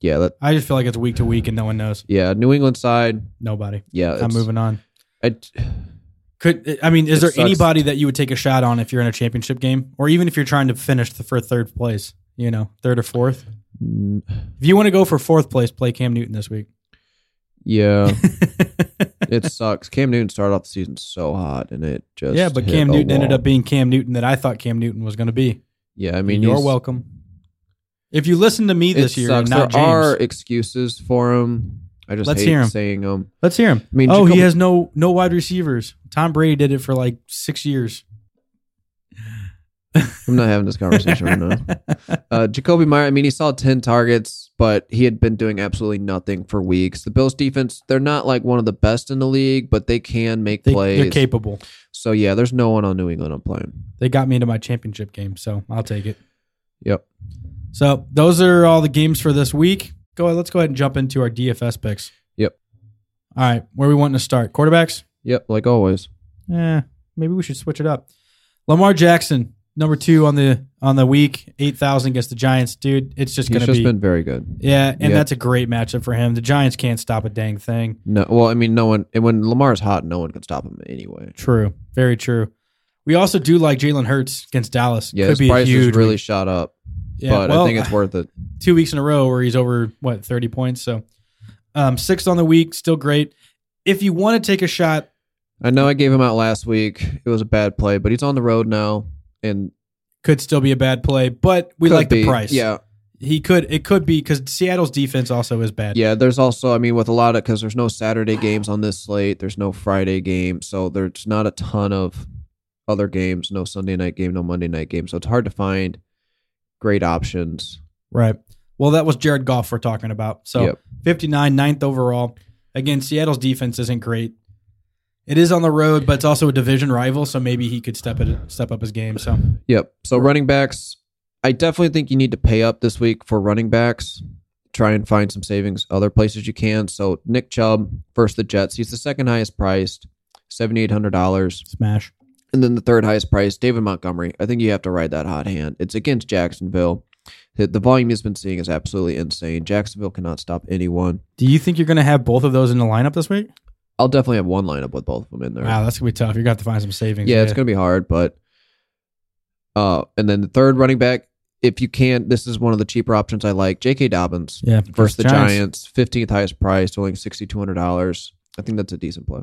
[SPEAKER 3] yeah, that
[SPEAKER 2] I just feel like it's week to week and no one knows.
[SPEAKER 3] yeah, New England side,
[SPEAKER 2] Nobody.
[SPEAKER 3] yeah,
[SPEAKER 2] I'm
[SPEAKER 3] it's-
[SPEAKER 2] moving on.
[SPEAKER 3] I,
[SPEAKER 2] Could I mean, is
[SPEAKER 3] It
[SPEAKER 2] there
[SPEAKER 3] sucks.
[SPEAKER 2] anybody that you would take a shot on if you're in a championship game, or even if you're trying to finish the, for third place? You know, third or fourth.
[SPEAKER 3] mm,
[SPEAKER 2] If you want to go for fourth place, play Cam Newton this week.
[SPEAKER 3] yeah, it sucks. Cam Newton started off the season so hot, and it just
[SPEAKER 2] yeah, but
[SPEAKER 3] hit
[SPEAKER 2] Cam
[SPEAKER 3] a
[SPEAKER 2] Newton ended
[SPEAKER 3] wall.
[SPEAKER 2] up being Cam Newton that I thought Cam Newton was going to be.
[SPEAKER 3] yeah. I
[SPEAKER 2] I mean,
[SPEAKER 3] mean,
[SPEAKER 2] you're
[SPEAKER 3] he's-
[SPEAKER 2] welcome. If you listen to me
[SPEAKER 3] It
[SPEAKER 2] this year, and
[SPEAKER 3] sucks.
[SPEAKER 2] not
[SPEAKER 3] there
[SPEAKER 2] James,
[SPEAKER 3] are excuses for him. I just
[SPEAKER 2] Let's
[SPEAKER 3] hate
[SPEAKER 2] hear 'em.
[SPEAKER 3] saying them.
[SPEAKER 2] let's hear him.
[SPEAKER 3] I mean,
[SPEAKER 2] oh, he
[SPEAKER 3] Jacoby-
[SPEAKER 2] has no no wide receivers. Tom Brady did it for like six years.
[SPEAKER 3] I'm not having this conversation right now. Uh, Jacoby Meyer, I mean, he saw 10 targets, but he had been doing absolutely nothing for weeks. The Bills defense, they're not like one of the best in the league, but they can make
[SPEAKER 2] They, they're
[SPEAKER 3] plays.
[SPEAKER 2] capable.
[SPEAKER 3] so, yeah, there's no one on New England I'm playing.
[SPEAKER 2] They got me into my championship game, so I'll take it.
[SPEAKER 3] Yep.
[SPEAKER 2] So those are all the games for this week. Go ahead. Let's go ahead and jump into our DFS picks.
[SPEAKER 3] Yep.
[SPEAKER 2] All right. Where we wanting to start? Quarterbacks?
[SPEAKER 3] Yep. Like always.
[SPEAKER 2] Eh, maybe we should switch it up. Lamar Jackson, number two on the on the week, eight thousand against the Giants. Dude, it's just
[SPEAKER 3] He's
[SPEAKER 2] gonna
[SPEAKER 3] just
[SPEAKER 2] be
[SPEAKER 3] been very good.
[SPEAKER 2] yeah, and
[SPEAKER 3] Yep.
[SPEAKER 2] that's a great matchup for him. The Giants can't stop a dang thing.
[SPEAKER 3] No, well, I mean, no one, and when Lamar's hot, no one can stop him anyway.
[SPEAKER 2] True, very true. We also do like Jalen Hurts against Dallas.
[SPEAKER 3] Yeah,
[SPEAKER 2] Could
[SPEAKER 3] his
[SPEAKER 2] be a
[SPEAKER 3] price
[SPEAKER 2] huge
[SPEAKER 3] has really
[SPEAKER 2] week.
[SPEAKER 3] shot up,
[SPEAKER 2] yeah,
[SPEAKER 3] but
[SPEAKER 2] well,
[SPEAKER 3] I think it's worth it.
[SPEAKER 2] two weeks in a row where he's over what 30 points so um sixth on the week still great if you want to take a shot
[SPEAKER 3] I know I gave him out last week. It was a bad play, but he's on the road now, and
[SPEAKER 2] could still be a bad play but we
[SPEAKER 3] could
[SPEAKER 2] like
[SPEAKER 3] be.
[SPEAKER 2] the price
[SPEAKER 3] Yeah,
[SPEAKER 2] he could it could be because seattle's defense also is bad
[SPEAKER 3] Yeah, there's also, I mean, with a lot of, because there's no Saturday games on this slate, there's no Friday game, so there's not a ton of other games, no Sunday night game, no Monday night game, so it's hard to find great options.
[SPEAKER 2] right well that was jared goff we're talking about so
[SPEAKER 3] Yep.
[SPEAKER 2] 59 ninth overall again seattle's defense isn't great it is on the road but it's also a division rival so maybe he could step it step up his game so
[SPEAKER 3] Yep. So running backs, I definitely think you need to pay up this week for running backs. Try and find some savings other places you can. So Nick Chubb versus the Jets, he's the second highest priced, seventy eight hundred dollars.
[SPEAKER 2] smash
[SPEAKER 3] And then the third highest price, David Montgomery. I think you have to ride that hot hand. It's against Jacksonville. The, the volume he's been seeing is absolutely insane. Jacksonville cannot stop anyone.
[SPEAKER 2] do you think you're going to have both of those in the lineup this week
[SPEAKER 3] I'll definitely have one lineup with both of them in there.
[SPEAKER 2] wow that's going to be tough you're going to have to find some savings
[SPEAKER 3] yeah, it's going to be hard, but uh, and then the third running back, if you can, this is one of the cheaper options I like. J.K. Dobbins
[SPEAKER 2] yeah
[SPEAKER 3] versus the Giants, fifteenth highest price, only sixty two hundred dollars. I think that's a decent play.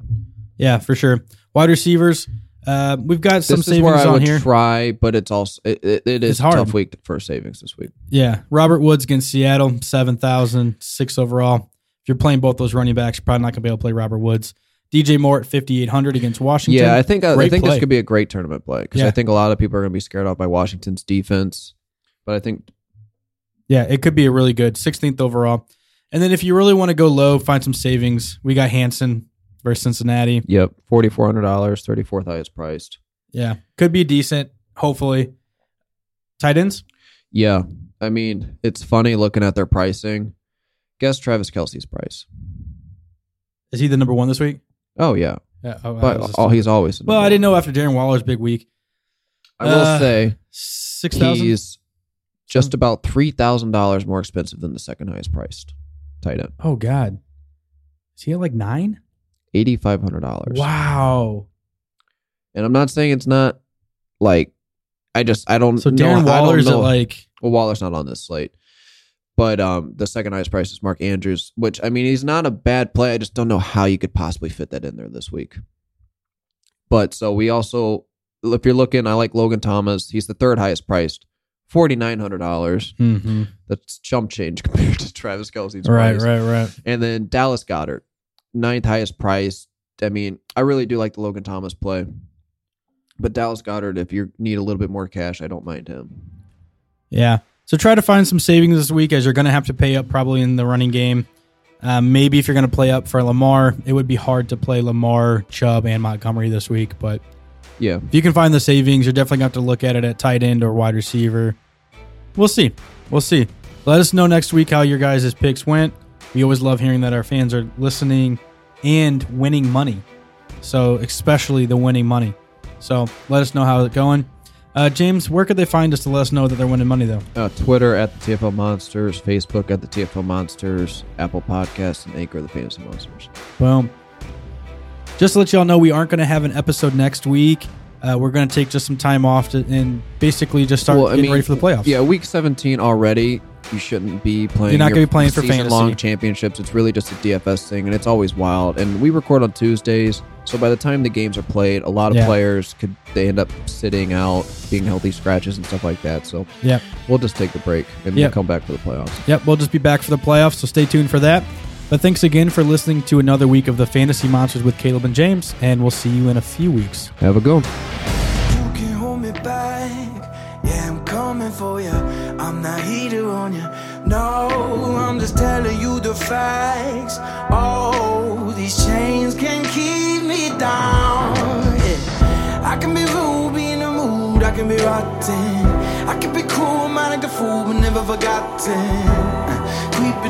[SPEAKER 2] Yeah, for sure. Wide receivers, uh, we've got some
[SPEAKER 3] this is
[SPEAKER 2] savings
[SPEAKER 3] where I
[SPEAKER 2] on
[SPEAKER 3] would
[SPEAKER 2] here.
[SPEAKER 3] try, but it's also it, it, it is
[SPEAKER 2] It's
[SPEAKER 3] a
[SPEAKER 2] hard.
[SPEAKER 3] tough week for savings this week.
[SPEAKER 2] yeah, Robert Woods against Seattle, seven thousand six overall. If you're playing both those running backs, you're probably not going to be able to play Robert Woods. DJ Moore at 5,800 against Washington.
[SPEAKER 3] Yeah, I think uh, I,
[SPEAKER 2] Great
[SPEAKER 3] think
[SPEAKER 2] play.
[SPEAKER 3] this could be a great tournament play because
[SPEAKER 2] Yeah.
[SPEAKER 3] I think a lot of people are going to be scared off by Washington's defense. But I think
[SPEAKER 2] yeah, it could be a really good 16th overall. And then if you really want to go low, find some savings. We got Hanson versus Cincinnati.
[SPEAKER 3] yep, forty four hundred dollars, thirty fourth highest priced.
[SPEAKER 2] Yeah, could be decent. Hopefully, tight ends.
[SPEAKER 3] Yeah, I mean it's funny looking at their pricing. Guess Travis Kelsey's price.
[SPEAKER 2] Is he the number one this week?
[SPEAKER 3] Oh yeah,
[SPEAKER 2] Yeah, oh, I was
[SPEAKER 3] but
[SPEAKER 2] just-
[SPEAKER 3] oh, he's always.
[SPEAKER 2] well, I didn't know after Darren Waller's big week.
[SPEAKER 3] I will
[SPEAKER 2] uh,
[SPEAKER 3] say
[SPEAKER 2] Six thousand.
[SPEAKER 3] he's just about three thousand dollars more expensive than the second highest priced tight end,
[SPEAKER 2] Oh God, is he at like nine?
[SPEAKER 3] eighty five hundred dollars.
[SPEAKER 2] Wow.
[SPEAKER 3] And I'm not saying it's not like I just I don't.
[SPEAKER 2] So
[SPEAKER 3] know- I
[SPEAKER 2] Darren
[SPEAKER 3] don't
[SPEAKER 2] Waller's at
[SPEAKER 3] know.
[SPEAKER 2] like
[SPEAKER 3] Well, Waller's not on this slate. But um, the second highest price is Mark Andrews, which I mean he's not a bad play. I just don't know how you could possibly fit that in there this week. But so we also if you're looking, I like Logan Thomas. He's the third highest priced, forty nine hundred dollars.
[SPEAKER 2] Mm-hmm.
[SPEAKER 3] That's chump change compared to Travis Kelsey's
[SPEAKER 2] Right,
[SPEAKER 3] price.
[SPEAKER 2] right, right.
[SPEAKER 3] And then Dallas Goddard, ninth highest priced. I mean, I really do like the Logan Thomas play, but Dallas Goddard, if you need a little bit more cash, I don't mind him.
[SPEAKER 2] Yeah. So try to find some savings this week as you're going to have to pay up probably in the running game. Um, maybe if you're going to play up for Lamar, it would be hard to play Lamar, Chubb, and Montgomery this week. But
[SPEAKER 3] Yeah,
[SPEAKER 2] if you can find the savings, you're definitely going to have to look at it at tight end or wide receiver. We'll see. We'll see. Let us know next week how your guys' picks went. We always love hearing that our fans are listening and winning money. So, especially the winning money. So, let us know how it's going. Uh, James, where could they find us to let us know that they're winning money, though?
[SPEAKER 3] uh, Twitter at the TFL Monsters, Facebook at the TFL Monsters, Apple Podcasts, and Anchor the Fantasy Monsters.
[SPEAKER 2] Boom. Just to let y'all know, we aren't going to have an episode next week. Uh, we're going to take just some time off to, and basically just start
[SPEAKER 3] Well, I
[SPEAKER 2] getting
[SPEAKER 3] mean,
[SPEAKER 2] ready for the playoffs.
[SPEAKER 3] Yeah, week 17 already. You shouldn't be playing.
[SPEAKER 2] You're not
[SPEAKER 3] your
[SPEAKER 2] gonna be playing for fantasy.
[SPEAKER 3] long championships. It's really just a DFS thing, and it's always wild. And we record on Tuesdays, so by the time the games are played, a lot of
[SPEAKER 2] Yeah.
[SPEAKER 3] players could they end up sitting out, being healthy scratches and stuff like that. So
[SPEAKER 2] Yep.
[SPEAKER 3] we'll just take the break and
[SPEAKER 2] Yeah.
[SPEAKER 3] we'll come back for the playoffs.
[SPEAKER 2] Yep, we'll just be back for the playoffs, so stay tuned for that. But thanks again for listening to another week of the Fantasy Monsters with Caleb and James, and we'll see you in a few weeks.
[SPEAKER 3] Have a good one.
[SPEAKER 1] Who can hold me back? Yeah, I'm coming for you. I'm not heater on you. No, I'm just telling you the facts. Oh, these chains can keep me down. Yeah. I can be rude, be in the mood. I can be rotten. I can be cool, minded a fool, but never forgotten. Creeping